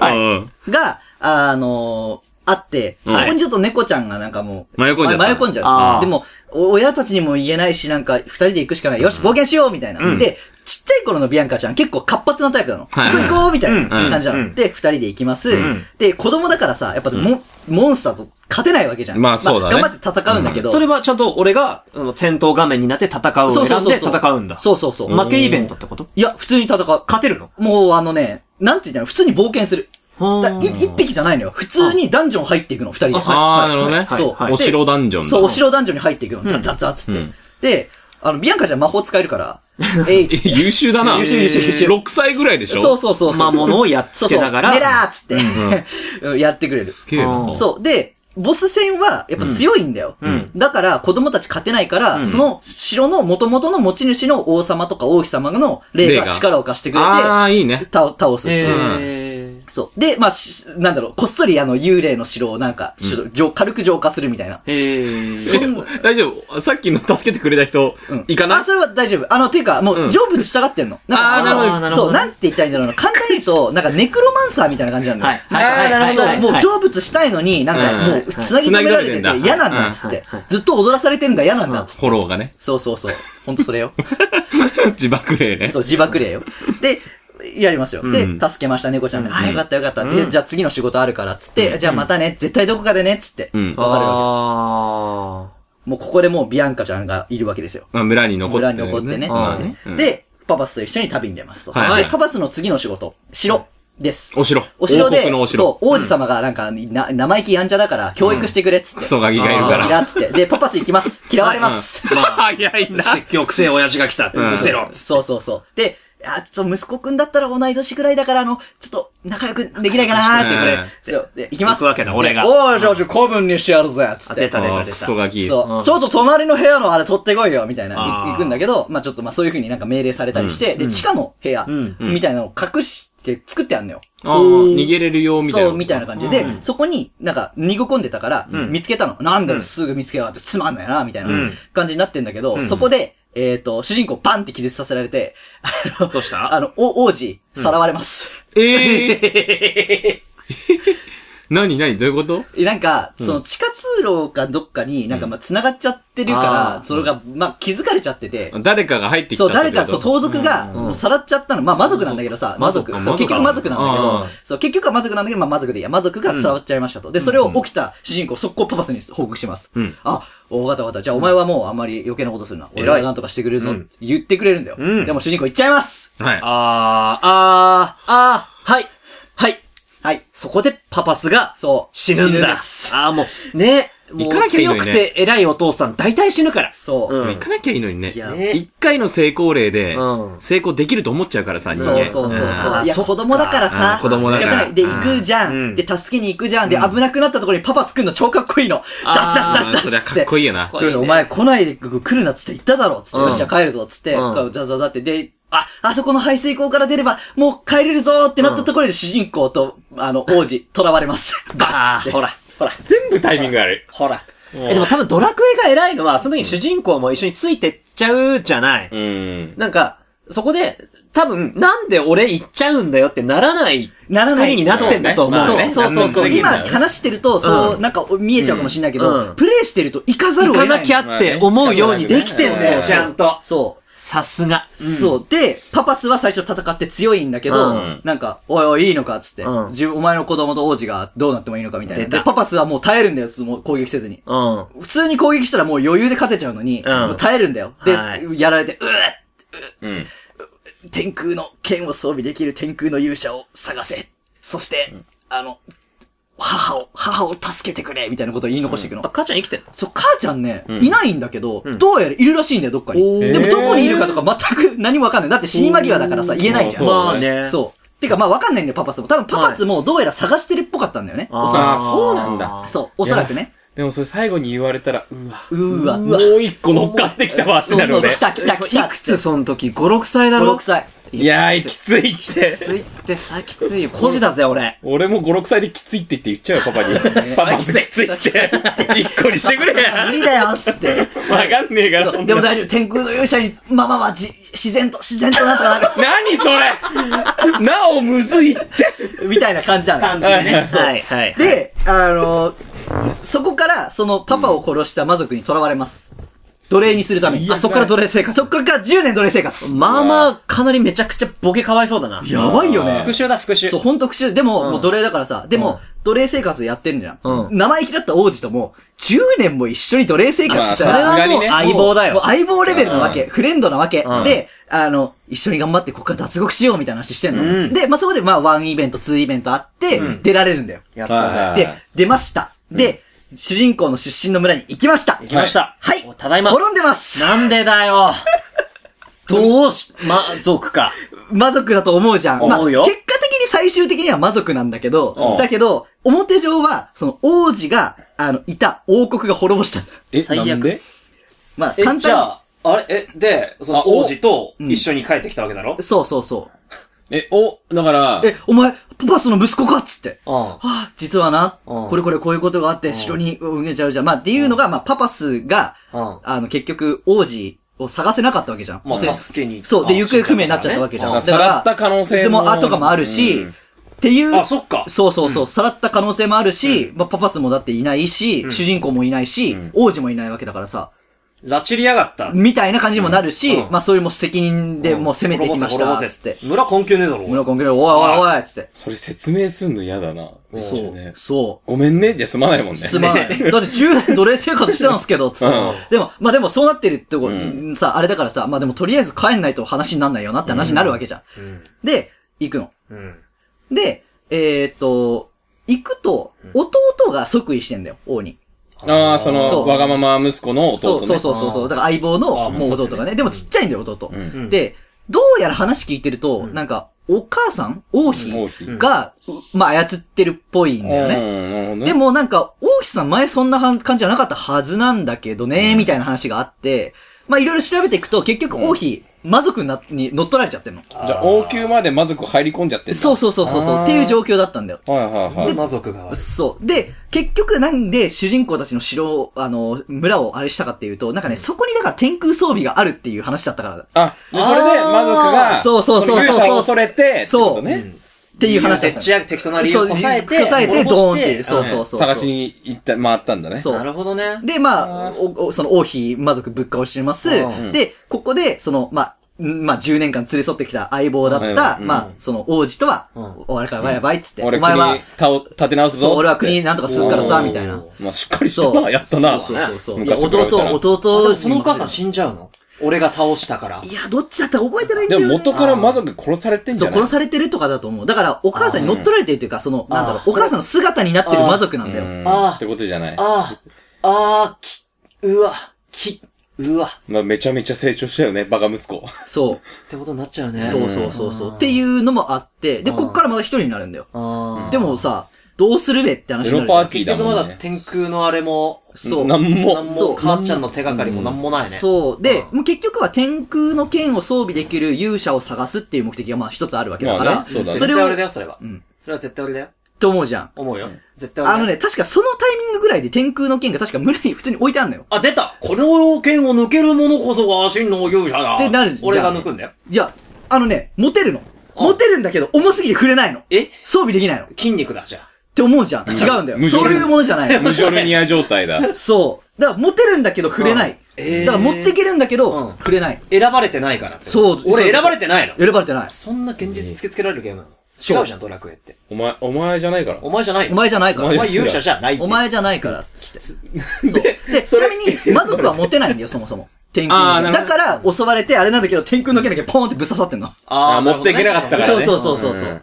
S4: はい。
S1: が、あのあって、そ
S4: うん
S1: こにちょっと猫ちゃんがなんかもう、
S4: 迷い込んじゃった
S1: 迷い込んじゃ
S2: あ
S1: う。
S2: ー
S1: でも、お親たちにも言えないし、なんか、二人で行くしかない。よし、冒険しようみたいな。で、ちっちゃい頃のビアンカちゃん結構活発なタイプなの。
S4: は
S1: 行
S4: い
S1: こう行こうみたいな
S4: うん
S1: 感じなの。
S2: うん
S1: で、二人で行きます、
S2: ん
S1: で、子供だからさ、やっぱモン、モンスターと勝てないわけじゃん。
S4: まあそうだね
S1: 頑張って戦うんだけど。
S2: それはちゃんと俺が、あの戦闘画面になって戦うを選んで戦うんだ。
S1: そうそうそう。
S2: 負けイベントってこと
S1: いや、普通に戦う。
S2: 勝てるの
S1: もうあのね、なんて言ったの普通に冒険する。
S2: ほー
S1: だからい一匹じゃないのよ。普通にダンジョン入っていくの、二人で。
S4: あー、なるほどね。
S1: はいそう
S4: お城ダンジョンだ。
S1: そう、お城ダンジョンに入っていくの。ザッザッザッつって。で、あの、ビアンカちゃん魔法使えるから、えいっつって
S4: 優秀だな。
S1: 優秀優秀優秀
S4: 6歳ぐらいでしょ
S1: そうそうそうそう。
S2: 魔物をやっつけながら
S1: そうそうメラーっつって、 やってくれる。
S4: すげえな。
S1: そう。で、ボス戦は、やっぱ強いんだよ。
S2: ん
S1: だから、子供たち勝てないから、その城の元々の持ち主の王様とか王妃様の霊
S4: 霊
S1: が
S4: が
S1: 力を貸してくれて、
S4: ああ、いいね。
S1: 倒倒す。
S2: え
S1: そう。で、まあ、しなんだろう、こっそりあの、幽霊の城をなんか、ちょっと浄軽く浄化するみたいな。
S2: ー。えー。
S1: そん
S4: 大丈夫。さっきの助けてくれた人、いかな
S1: あ、それは大丈夫。あの、ていうか、もう、成仏したがってんの。なんか
S4: あー
S1: その
S2: なるほどなるほど
S1: そう、なんて言ったらいいんだろうな。簡単に言うと、 なんか、ネクロマンサーみたいな感じなんだよ。
S2: はいはい
S1: んか
S2: あーなるほど
S1: そう、もう
S2: はい
S1: 成仏したいのに、なん
S4: うん
S1: か、もう、つなぎ止められて
S4: つなぎ止めて
S1: て
S4: んだ
S1: 嫌なんだっつって
S2: はいはい。
S1: ずっと踊らされてんだ嫌なんだっつって。
S4: フォローがね。
S1: そうそうそう。ほんとそれよ。
S4: 自爆霊ね
S1: そ。う、自爆霊よ。で、やりますよ。で、
S4: うん
S1: 助けました、猫ちゃんが。あ、よかったよかった。
S2: う
S1: で、
S2: ん
S1: じゃあ次の仕事あるから、つって、じゃあまたね、絶対どこかでね、つって。
S4: うん
S1: わかるわ
S2: あ
S1: け。もうここでもうビアンカちゃんがいるわけですよ。
S4: まあ、村に残って
S1: 村
S4: ね。
S1: に残ってね。
S2: はい
S1: つって
S4: うん
S1: で、パパスと一緒に旅に出ますと。
S4: はいはい
S1: で、パパスの次の仕事、城です。
S4: お城。
S1: お城
S4: 王
S1: で
S4: 国のお、城。
S1: そう、王子様がなんか、な、生意気やんちゃだから、教育してくれっつって。
S4: クソガキがいる
S1: そう
S4: か
S1: い
S4: ら。
S1: らっつって。で、パパス行き ます。嫌われます。
S4: 早いな。
S2: あ。説教くせえ親父が来たって、
S4: うん
S2: うせろ。
S1: そうそうそう。で、あ、ちょっと息子くんだったら同い年ぐらいだから、あの、ちょっと仲良くできないかなーって言って
S4: うん
S1: つってそうで、行きます。
S2: 行くわけだ俺が
S1: でおー、じゃあ、ちょ、子分にしてやるぜつっ
S2: あ、
S1: て
S2: 出。た出た
S4: あー
S2: 出
S4: ク
S2: た
S4: ソ。ガキ。
S1: そうう。
S2: ん
S1: ちょっと隣の部屋のあれ取ってこいよ、みたいな。
S2: あー
S1: 行くんだけど、まあちょっとまあそういう風になんか命令されたりして、で、地下の部屋、
S2: うん
S1: みたいなのを隠して作ってあんのよ。
S4: ああ、逃げれるよ、みたいな。
S1: そう、みたいな感じで、でそこになんか逃げ込んでたから、見つけたの。なんだよ、すぐ見つけやがってつまんないな、みたいな
S2: うん
S1: 感じになってんだけど、そこで、えっ、と、主人公パンって気絶させられて、あの
S2: どうした
S1: あの、お王子、さらわれ ます。
S4: ええ なになにどういうこと
S1: えなんか、その地下通路かどっかになんかまあ繋がっちゃってるから、
S2: あー
S1: それが、まあ気づかれちゃってて、
S4: 誰かが入ってきちゃ
S1: そ
S4: っ
S1: う、
S4: たって
S1: 誰
S4: こと
S1: か、そう、盗賊が、さらっちゃったの。まあ、魔族なんだけどさ、魔族。
S4: 魔
S1: そう
S4: 族か
S1: 結局魔族なんだけ
S4: あ
S1: ど
S4: あ、
S1: そう、結局は魔族なんだけど、まあ、魔族でいいや。魔族がさらっちゃいましたと。で、それを起きた主人公、速攻パパスに報告します。
S4: うん
S1: あ、大方方、じゃあお前はもうあんまり余計なことするな。俺はなんとかしてくれるぞ。って言ってくれるんだよ。
S2: ん
S1: でも主人公行っちゃいます
S4: はい。
S2: あー、あー、あー、はい、はい。
S1: はい。
S2: そこでパパスが
S1: そう。
S2: 死ぬんだ。
S1: です
S2: あー、もう、ね、も
S4: 行かな
S2: う
S4: きゃいいの
S2: 強
S4: に
S2: く
S4: ね
S2: て偉いお父さん、大体死ぬから。
S1: そうう。
S4: 行
S2: ん。
S4: かなきゃいいのにね。
S1: いや
S2: ね
S4: 一回の成功例で
S2: う、ん
S4: 成功できると思っちゃうからさ、人
S1: そう
S4: 間。
S1: そうそうそ
S2: あ
S1: う。
S2: ー
S1: いや、
S2: そっか
S1: 子供だからさ
S4: う。ん子供だから
S1: 仕方ないで、行くじゃ。
S2: うんん
S1: で、助けに行くじゃん。で、危なくなったところにパパスくんの超かっこいいの。ザッザッザッザッ
S4: うん
S1: ザッ
S4: そりゃ
S1: つ
S4: かっこいいよな。
S2: こいいね
S1: お前来ないで来るなっつって言っただろっつって、
S2: うん
S1: よっしゃ帰るぞっつって、
S2: うん
S1: こうザザザって、で、あ、あそこの排水溝から出れば、もう帰れるぞーってなったところで主人公と、あの、王 子、囚われます。
S2: あー、ほら、ほら、
S4: 全部タイミングある。
S2: ほら。え、でも多分ドラクエが偉いのは、その時に主人公も一緒についてっちゃうじゃない。
S4: うん。
S2: なんか、そこで、多分、なんで俺行っちゃうんだよってならない
S1: ならない
S2: 作りになってんだと思う。
S4: まあ
S1: そう
S4: ね
S1: そうそうそ
S4: 何でも
S1: う。
S4: できるん
S1: 今
S4: だよね
S1: 話してると、そうう、なんか見えちゃうかもしれないけ
S2: うんう
S1: ど、
S2: ん
S1: プレイしてると行かざるを
S2: 行か
S1: 得ない。
S2: なきゃって思うようにできてんだよ、ちゃんと。
S1: そう。
S2: さすが。
S1: そう。で、パパスは最初戦って強いんだけど、
S4: うん
S1: なんか、おいおい、いいのかっつって、
S2: うん
S1: 自分お前の子供と王子がどうなってもいいのかみたいな。
S2: 出た
S1: で、パパスはもう耐えるんだよ、もう攻撃せずに。
S2: うん。
S1: 普通に攻撃したらもう余裕で勝てちゃうのに、
S2: うん
S1: もう耐えるんだよ。で、
S2: はい
S1: やられて、うわ
S4: うん。
S1: 天空の剣を装備できる天空の勇者を探せ。そして、あの、母を、母を助けてくれみたいなことを言い残していくの。
S2: あ、母ちゃん生きてんの
S1: そう、母ちゃんね、
S4: ん
S1: いないんだけど、どうやらいるらしいんだよ、どっかに。
S2: おー
S1: でもどこにいるかとか全く何もわかんない。だって死に間際だからさ、言えないじゃん。
S4: そうまあ
S2: ねう。
S1: そう。てか、まあわかんないんだよ、パパスも。多分パパスもどうやら探してるっぽかったんだよね。
S4: おそらくそうなんだ
S1: そう、おそらくね。
S4: でもそれ最後に言われたら、うわ。
S1: うーわ、
S4: もう一個乗っかってきたわって
S1: そ
S4: な
S1: う
S4: る
S1: そう、
S4: よね
S1: 来。た来た来た。
S2: いくつその時 ?5、6歳だ
S1: ?5、
S2: ろ
S1: 6歳。
S4: いやー、きついって。
S2: ついってさ、きついよ。孤児だぜ、俺。
S4: 俺も5、6歳できついって言って言っちゃうよ、パパ に。パパきついって。一個にしてくれ
S1: 無
S4: や。
S1: 理だよっつ って。
S4: わかんねえから、
S1: そ
S4: そん
S1: うで
S4: なの
S1: も大丈夫。天空の勇者に、まあまあまあ、じ、自然と、自然となんとか なんか、
S4: 何それなおむずいって。
S1: みたいな感じなの。感
S4: じね
S2: はい、はい。
S1: で、あのーそこから、その、パパを殺した魔族に囚われます。奴隷にするために。
S2: あ、そっから奴隷生活。
S1: そっから10年奴隷生活。
S2: まあまあ、かなりめちゃくちゃボケかわいそうだな。
S1: やばいよね
S2: 復。讐だ、復讐。
S1: そう、ほんと復讐。でも、もう奴隷だからさ、でも、奴隷生活やってるじゃん。生意気だった王子とも、10年も一緒に奴隷生活した
S4: まあ
S1: ら
S4: それはさすがにね
S2: 相棒だ
S1: もう
S2: よ。
S1: 相棒レベルなわけ。フレンドなわけ
S2: うん。
S1: で、あの、一緒に頑張ってここから脱獄しようみたいな話してんの。
S2: うん
S1: で、まあ、そこでまあ、ワンイベント、ツーイベントあって、出られるんだよ。
S2: やったぜ。
S1: で、出ました。で、主人公の出身の村に行きました。
S2: 来ました。
S1: はい
S2: お。ただいま。
S1: 滅んでます。
S2: なんでだよ。どうし、ま、族か。
S1: 魔族だと思うじゃん。
S2: 思うよ
S1: まあ、結果的に最終的には魔族なんだけ
S4: う
S1: ど
S4: ん、
S1: だけど、表上は、その王子が、あの、いた王国が滅ぼしたんだ。
S4: え
S2: 最悪
S4: なんで
S1: まあ、
S2: え
S1: 簡単に
S2: じゃあ、あれ、え、で、そ
S4: あ
S2: の
S4: お
S2: 王子と一緒に帰ってきたわけだろ
S1: そうそうそ
S4: え、お、だから
S1: う。、え、お前、パパスの息子かっつって。
S2: うん。
S1: はあ、実はな、
S2: うん
S1: これこれこういうことがあって、城に逃げちゃうじゃん。まあ、っていうのが、まあ、パパスが、
S2: うん
S1: あの、結局、王子を探せなかったわけじゃん。
S2: ま
S1: で
S2: あ、助けに。
S1: そう。で、
S2: あ
S1: 行方不明になっちゃったわけじゃん。
S4: あさらった可能性も
S1: も。あとかもあるし、
S4: うん
S1: っていう。
S2: あそっか
S1: そうそうそう。さらった可能性もあるし、まあ、パパスもだっていないし、主人公もいないし、王子もいないわけだからさ。
S2: 拉致りやがった。
S1: みたいな感じにもなるし、
S2: うん
S1: まあそういうもう責任でもう攻めていきました、
S2: 滅ぼ
S1: つっ
S2: せ
S1: て。
S2: 村根拠ねえだろ。
S1: 村コンおいおいおい、つって。
S4: それ説明すんの嫌だな。
S1: そう
S4: ね、。
S1: そ
S4: ごめんね、じゃ済まないもん
S1: う。
S4: ね。
S1: すまない。だって10代奴隷生活してたんですけど、つって
S4: うん。
S1: でも、まあでもそうなってるってこ
S4: う
S1: と、さ、あれだからさ、まあでもとりあえず帰んないと話になんないよなって話になるわけじゃん。
S2: うん。
S1: で、行くの。
S2: うん。
S1: で、えーっと、行くと、弟が即位してんだよ、王に。
S4: ああ、その、
S1: そう
S4: わがまま息子の
S1: そ
S4: 弟
S1: う
S4: ね。
S1: そうそうそうそう。だから相棒
S2: あ
S1: の
S2: ー
S1: もう弟がね。でもちっちゃいんだよ、弟。
S4: うん。
S2: うん
S1: で、どうやら話聞いてると、なんか、お母さん王妃
S4: 王妃
S1: が、うまあ、操ってるっぽいんだよね。
S4: うん、
S1: でもなんか、王妃さん前そんなはん感じじゃなかったはずなんだけどね、みたいな話があって、まあいろいろ調べていくと、結局王妃、魔族な、に乗っ取られちゃってんの。
S4: じゃあ、王宮までまずこう入り込んじゃってんだ
S1: そうそうそうそうそう、
S4: あー
S1: っていう状況だったんだよ。
S4: はいはいはい。
S2: 魔族が悪い。
S1: そう。で、結局なんで主人公たちの城を、あの、村をあれしたかっていうと、なんかね、そこになんか天空装備があるっていう話だったからだ。
S4: あ、でそれで魔族が、
S1: そうそうそうそう
S4: の勇者を恐れて、ってことね。
S1: っていう話だ
S2: で
S1: ったの。
S2: ち上げ適当な理由をこさえて、
S1: そうこさえて、
S2: 滅ぼ
S1: ドーンっ
S2: して
S1: いう。そうそうそう。
S4: 探しに行った、回ったんだね。
S1: そう
S2: なるほどね。
S1: で、まあ、おおその王妃、魔族ぶっ倒してます
S2: う。
S1: で、ここで、その、まあ、んまあ、10年間連れ添ってきた相棒だった、
S4: うん
S1: まあ、その王子とは、
S2: うん
S1: 俺からやばいっつって、
S4: 俺
S1: お前は
S4: 国、、たお立て直すぞ。
S1: そう、俺は
S4: つって
S1: 国なんとかするからさ、
S4: おー
S1: みたいな。
S4: まあ、しっかりし
S1: そ
S4: た
S1: う。
S4: な、やったな。
S1: そうそうそう。いや、
S4: 昔と比べたら
S1: 弟、
S2: あで
S1: 弟
S2: もそのお母さん死んじゃうの俺が倒したから。
S1: いや、どっちだったか覚えてないんだ
S4: で
S1: よ、ね。
S4: も元から魔族殺されてんじ
S1: そ
S4: ゃ
S1: う、
S4: ない
S1: 殺されてるとかだと思う。だから、お母さんに乗っ取られてるというか、その、なんだろ
S2: あ
S1: う、お母さんの姿になってる魔族なんだ
S4: う
S1: よ。
S4: ん
S2: あー
S4: ってことじゃない。
S2: ああ、ああ、き、うわ、き、うわ、っ
S4: まあ、めちゃめちゃ成長したよね、バカ 息子。
S1: そう。
S2: てことになっちゃうね。
S1: そうそうそうそう。
S2: ん
S1: っていうのもあって、で、
S2: うん
S1: こっからまた一人になるんだよ。
S2: ああ。
S1: でもさ、どうするべって話
S4: ゼ
S1: にな
S4: ロ
S1: るじゃ
S4: パ
S1: ん
S4: ーティー
S2: 結
S4: だ
S2: 局
S4: も
S2: まだ
S4: んね。
S2: 天空のあれも、
S1: そう。
S4: なん
S2: なん
S4: も。
S1: そ
S2: も、
S1: う
S2: 母ちゃんの手がかりもなんもないね。
S1: そう。で、もう結局は天空の剣を装備できる勇者を探すっていう目的がまあ一つあるわけだから、
S4: まあねそうだね
S1: そ
S2: 絶
S1: れ
S2: 対俺
S1: を
S2: だ、よ、それは。
S1: ん
S2: それは絶対俺だよ。
S1: と思うじゃん。
S2: 思うよ。絶対俺だ
S1: あ
S2: よ
S1: の。ね、確かそのタイミングぐらいで天空の剣が確か村に普通に置いてあんのよ。
S2: あ、出たこの剣を抜ける者こそが真の勇者だ
S1: ってなるじゃん
S2: 俺が抜くんだよ。
S1: いや、あのね、持てるの。持てるんだけど、重すぎて触れないの。
S2: え
S1: 装備できないの。っ
S2: 筋肉だ、じゃあ。
S1: て思うじゃん。違うんだよ。
S4: 無情
S1: そういうものじゃ ないの。
S4: 無ジョルニア状態だ。
S1: そう。だから持てるんだけど触れない。
S2: えー
S1: だから持ってけるんだけど、
S2: うん
S1: 触れない。
S2: 選ばれてないから。
S1: そう
S2: 俺選ばれてないの。
S1: 選ばれてない。
S2: そんな現実つけつけられるゲームなの
S1: そう
S2: 違うじゃん、ドラクエって。
S4: お前、お前じゃないから。
S2: お前じゃない
S1: お
S2: の
S1: 前じゃないか
S2: お
S1: ら。
S2: 前勇者じゃないです
S1: お前じゃないから、つって。そう。で、ち
S4: そ
S1: な
S4: れ
S1: みに、魔族は持てないんだよ、そもそも。天空
S4: あーな
S1: の。
S4: るほ
S1: だ
S4: ど
S1: から、襲われて、あれなんだけど、天空の剣だけポーンってぶっ刺さってんの。
S2: あ
S4: あ持っていけなかったから
S1: そう
S4: ね
S1: そうそうそうそう。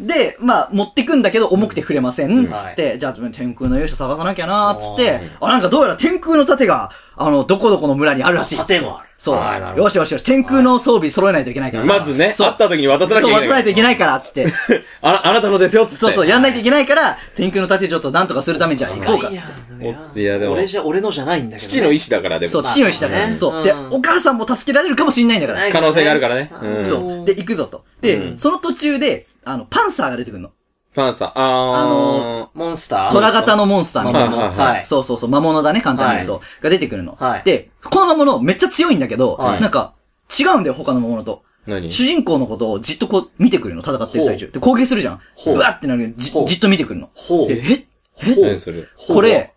S1: で、まあ、持ってくんだけど、重くて触れません、
S2: ん
S1: つって、じゃあ、天空の勇者探さなきゃな、つって、あ、なんかどうやら天空の盾が、あの、どこどこの村にあるらしい。
S2: 盾もある。
S1: そう
S2: あーな。るほ
S1: よ
S2: ど。
S1: しよしよし、天空の装備揃えないといけないから。
S4: まずね、
S1: そう
S4: 会った時に渡さなきゃ
S1: そう、
S4: い
S1: 渡
S4: け
S1: さな
S4: ないい
S1: といけないから、つって。
S4: あらあなたのですよ、つって。
S1: そうそう、やんないといけないから、天空の盾ちょっとなんとかするためにじゃあ行こうか、
S2: い
S1: つっ
S2: や
S1: て。
S4: いやでも
S2: 俺じゃ、俺のじゃないんだけどね。
S4: 父の意志だから、でも。
S1: そう、父の意志だからね。
S2: まあ
S1: そ。
S2: そうう
S1: で
S2: ね、うん
S1: お母さんも助けられるかもしれないんだから。
S4: 可能性があるからねうん
S1: そう。で、行くぞと。で、その途中で、あの、パンサーが出てくるの。
S4: パンサー、あー。
S1: あの
S2: モンスター
S1: 虎型のモンスターみたい
S4: はい
S1: な。
S4: はいはい
S2: はい。
S1: そうそうそう、魔物だね、簡単に言うと。が出てくるの
S2: はい。
S1: で、この魔物めっちゃ強いんだけど、
S2: はい
S1: なんか、違うんだよ、他の魔物と。
S4: 何
S1: 主人公のことをじっとこう見てくるの、戦ってる最中。で、攻撃するじゃん。
S2: ほ
S1: う
S2: う
S1: わってなるけどじ
S2: ほう
S1: じっと見てくるの。
S2: ほう
S1: でえ
S2: ほ
S4: 何
S2: う
S4: それ。
S2: ほう
S1: これ、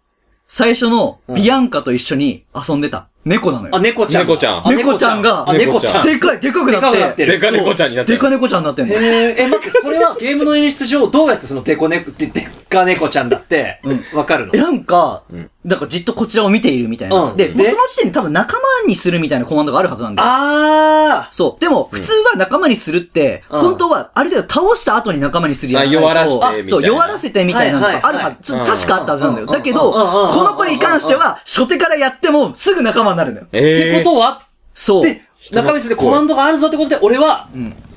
S1: 最初のビアンカと一緒に遊んでた猫なのよ
S2: あ、。猫ちゃん。
S4: 猫ちゃん
S2: あ
S1: 猫ちゃんが
S2: あ猫ちゃん。
S1: でかい、でかくな
S2: でかく
S1: っ。
S2: なってて
S4: デ
S2: る
S4: カ猫ちゃんになって
S1: で
S4: る。
S1: か猫ちゃんになってんの。
S2: えー、え、待って、それはゲームの演出上どうやってそのデコ猫、で、でっか猫ちゃんだって、わかるの
S1: え、なんか、なんかじっとこちらを見ているみたいな。
S2: うん
S1: で、
S2: で
S1: もうその時点で多分仲間にするみたいなコマンドがあるはずなんだよ。
S2: あー
S1: そう。でも、普通は仲間にするって、
S2: うん
S1: 本当は、ある程度倒した後に仲間にするやつ。
S4: あ弱らしてみたいな
S1: そう、弱らせてみたいなのがあるはず。ち
S4: は
S1: ょ
S4: いはいはい
S1: 確かあったはずなんだよ。
S2: うんうん
S1: だけど、
S2: うんうんうんうん
S1: この子に関しては、初手からやっても、すぐ仲間になるんだよ。
S2: って
S4: え
S2: ことは
S1: そう。
S2: で、中身すでコマンドがあるぞってことで、俺は、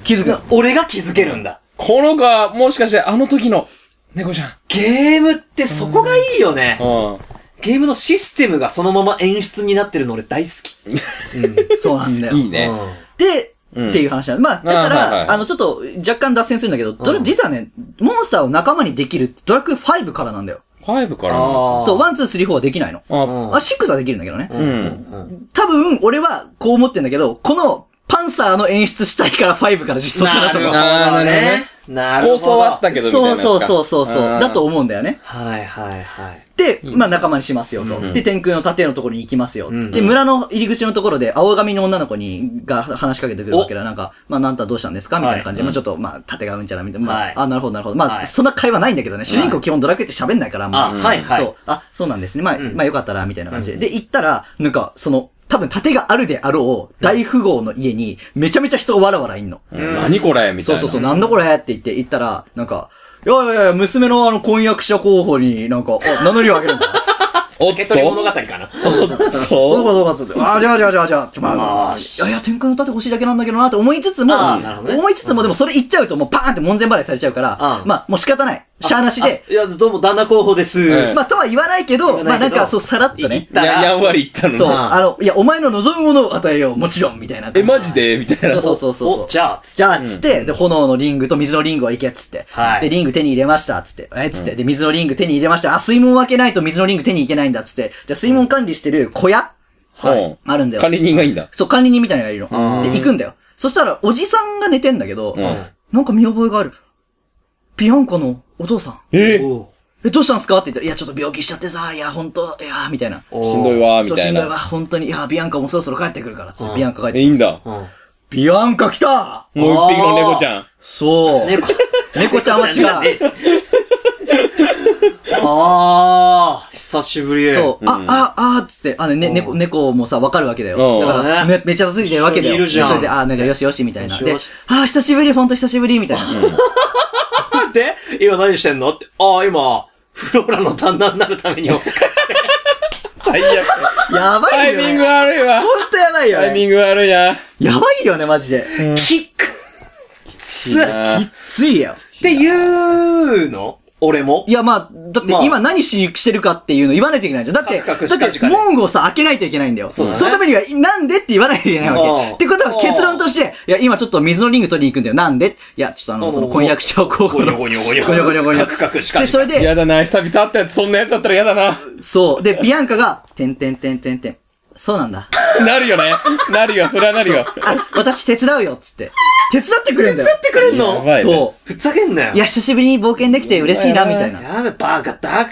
S1: 気づくの。
S2: 俺が気づけるんだ。
S4: この子はもしかしてあの時の猫ちゃん。
S2: ゲームってそこがいいよね。
S4: うん。
S2: ゲームのシステムがそのまま演出になってるの俺大好き。
S1: そうなんだよ。
S4: いいね。
S1: で、
S4: うん
S1: っていう話なんだ。まあ、だから、あ,、
S4: あはいはい
S1: の、ちょっと、若干脱線するんだけど、どれ実はね、モンスターを仲間にできるって、ドラクエ5からなんだよ。
S4: ファイブからな。
S1: そう、ワン、ツー、スリー、フォーはできないの。
S4: あ、
S1: あ、シックスはできるんだけどね。
S4: うん。
S1: 多分、俺は、こう思ってんだけど、この、パンサーの演出したいから、ファイブから実装したんだと思う。
S4: なるほどね
S2: なるほど。
S3: 構想はあったけどみたいな
S1: そ
S3: や
S1: う
S3: つか。
S1: そうそうそうそう。だと
S3: 思
S1: 思うんだよね。
S2: はいはいはい。
S1: で、まあ仲間にしますよと。
S2: うん
S1: で、天空の盾のところに行きますよ。
S2: ん
S1: で、村の入り口のところで、青髪の女の子に、が話しかけてくるわけだ。なんか、まあ、なんたどうしたんですかみたいな感じで、
S2: はい
S1: まあちょっと、まあ、盾がうんちゃらみたいな。まあ、
S2: はい
S1: あ、なるほどなるほど。まあ、
S2: はい
S1: そんな会話ないんだけどね。主人公基本ドラクエって喋んないから、ま
S2: あ、はいはい。
S1: そう。あ、そうなんですね。まあ、
S2: うん
S1: まあよかったら、みたいな感じで。
S2: うん
S1: で、行ったら、なんか、その、多分盾があるであろう、大富豪の家に、めちゃめちゃ人がわらわらいんの。
S2: うん
S4: 何これみたい
S1: そう
S4: な。
S1: そうそう、なんだこれって言って、行ったら、なんか、いやいやいや、娘のあの婚約者候補になんか、あ名乗りを上げるんだ。
S4: おっ
S2: 受け取り物
S4: と
S2: 語かな。
S4: そう
S1: どう
S4: そ
S1: かどうかっつって、ああ、じゃあじゃあじゃあじゃあ、ちょまあ、
S2: あ
S1: いやいや、天空の盾欲しいだけなんだけどなって思いつつも、
S2: あーなるほどね
S1: 思いつつもでもそれ言っちゃうともうパーンって門前払いされちゃうから、
S2: うん
S1: まあもう仕方ない。しゃーなしで、
S2: あいや、どうも旦那候補です。
S4: ええ
S1: まあとは言わないけど、
S2: 言わ
S1: ま
S2: な
S1: あ
S2: い
S1: な
S2: けど
S1: んかそうさらっとね
S2: 言っ。
S4: う。
S2: た
S4: や
S2: ら、
S4: やんわり言った
S1: そう、
S4: のな。
S1: あの、いや、お前の望むものを与えよう、もちろん、みたいな。
S4: え、マジでみたい
S1: そ
S4: な
S1: う。そうそうそうそう
S2: お、。じゃあ、つって
S1: じゃあ、つって、で、炎のリングと水のリングを行け、つって。
S2: はい
S1: で、リング手に入れました、つって。え、つって。で、水のリング手に入れました。あ、水門を開けないと水のリング手に行けないんだ、つって。じゃあ、水門管理してる小屋
S4: はい
S1: あるんだよ。
S4: 管理人がいいんだ。
S1: そう、管理人みたいなのがいるの。で、行くんだよ。そしたら、おじさんが寝てんだけど
S4: うん、
S1: なんか見覚えがある。ビアンコのお父さん。
S4: えし
S2: お
S1: え、どうしたんすかって言ったら、いや、ちょっと病気しちゃってさ、いや、ほんと、いや、みたいな。
S2: お
S4: んどいわ、み
S1: そう、
S4: た
S1: し
S4: い
S1: んどいわ、
S4: な。
S1: 本当に。いや、ビアンカもそろそろ帰ってくるから、つって。ビアンカ帰っ
S4: え、
S1: て
S4: いい
S1: くる。
S4: んだ。
S2: うん
S1: ビアンカ来た
S4: もう一匹の猫ちゃん。
S1: そう。
S2: 猫。
S1: 猫ちゃんは違う
S2: 猫じねえああ、久しぶり。
S1: そう。あ、
S4: うん
S1: あ、あーっつって、あのね、猫、猫もさ、わかるわけだよ。
S4: うん
S1: だから、
S2: そうだ
S1: め、めちゃついてるわけだよ。
S2: 一緒にいるじゃん
S1: それで、あー、なんか、よしよし、みたいな。
S2: よし
S1: で、あ
S2: よし
S1: ー、久しぶり、ほんと久しぶり、みたいな。
S2: う。で、今何してんのって、ああ、今、フローラの旦那になるためにお使いして。
S4: 最悪。
S1: やば
S4: タ
S1: い
S4: イ
S1: よ、ね。
S4: ミング悪いわ。
S1: ほんとやばいよ、
S4: タイミ
S1: ね。
S4: ング悪いな。
S1: やばいよね、マジで。
S2: キック
S1: つ、きついよ。
S2: っていうの俺も
S1: い。や、まあ、だって
S2: まあ
S1: 今何し、してるかっていうの言わないといけないじゃん。だって、
S2: カクカクし
S1: だ
S2: か
S1: っ
S2: じ
S1: て、
S2: かで
S1: 門をさ、開けないといけないんだよ。
S2: そうだね
S1: のためには、いなんでって言わないといけないわ
S2: う
S1: け。
S2: ん
S1: ってことは
S2: うん
S1: 結論として、いや、今ちょっと水のリング取りに行くんだよ。なんでいや、ちょっとあの、その婚約者を候補
S2: ゴニ
S1: の
S2: ョ。ゴニョゴニョ。
S1: ゴニョゴニョゴニョ
S2: カクカクしか
S1: で、
S2: じ
S1: そ
S2: か
S1: れで、
S4: やだな、久々会ったやつ、そんなやつだったらやだな。
S1: そう。で、ビアンカが、てんてんてんてんてん。そうなんだ。
S4: なるよね。なるよ、それはなるよ。
S1: あ、私手伝うよっつって。手伝ってくれんだよ。
S2: てくれん
S4: やばいね
S1: そ
S2: ぶっちゃけんなよ。
S1: う。いや、久しぶりに冒険できて嬉しいな、みたいな。
S2: やべ、バカ、だ、だか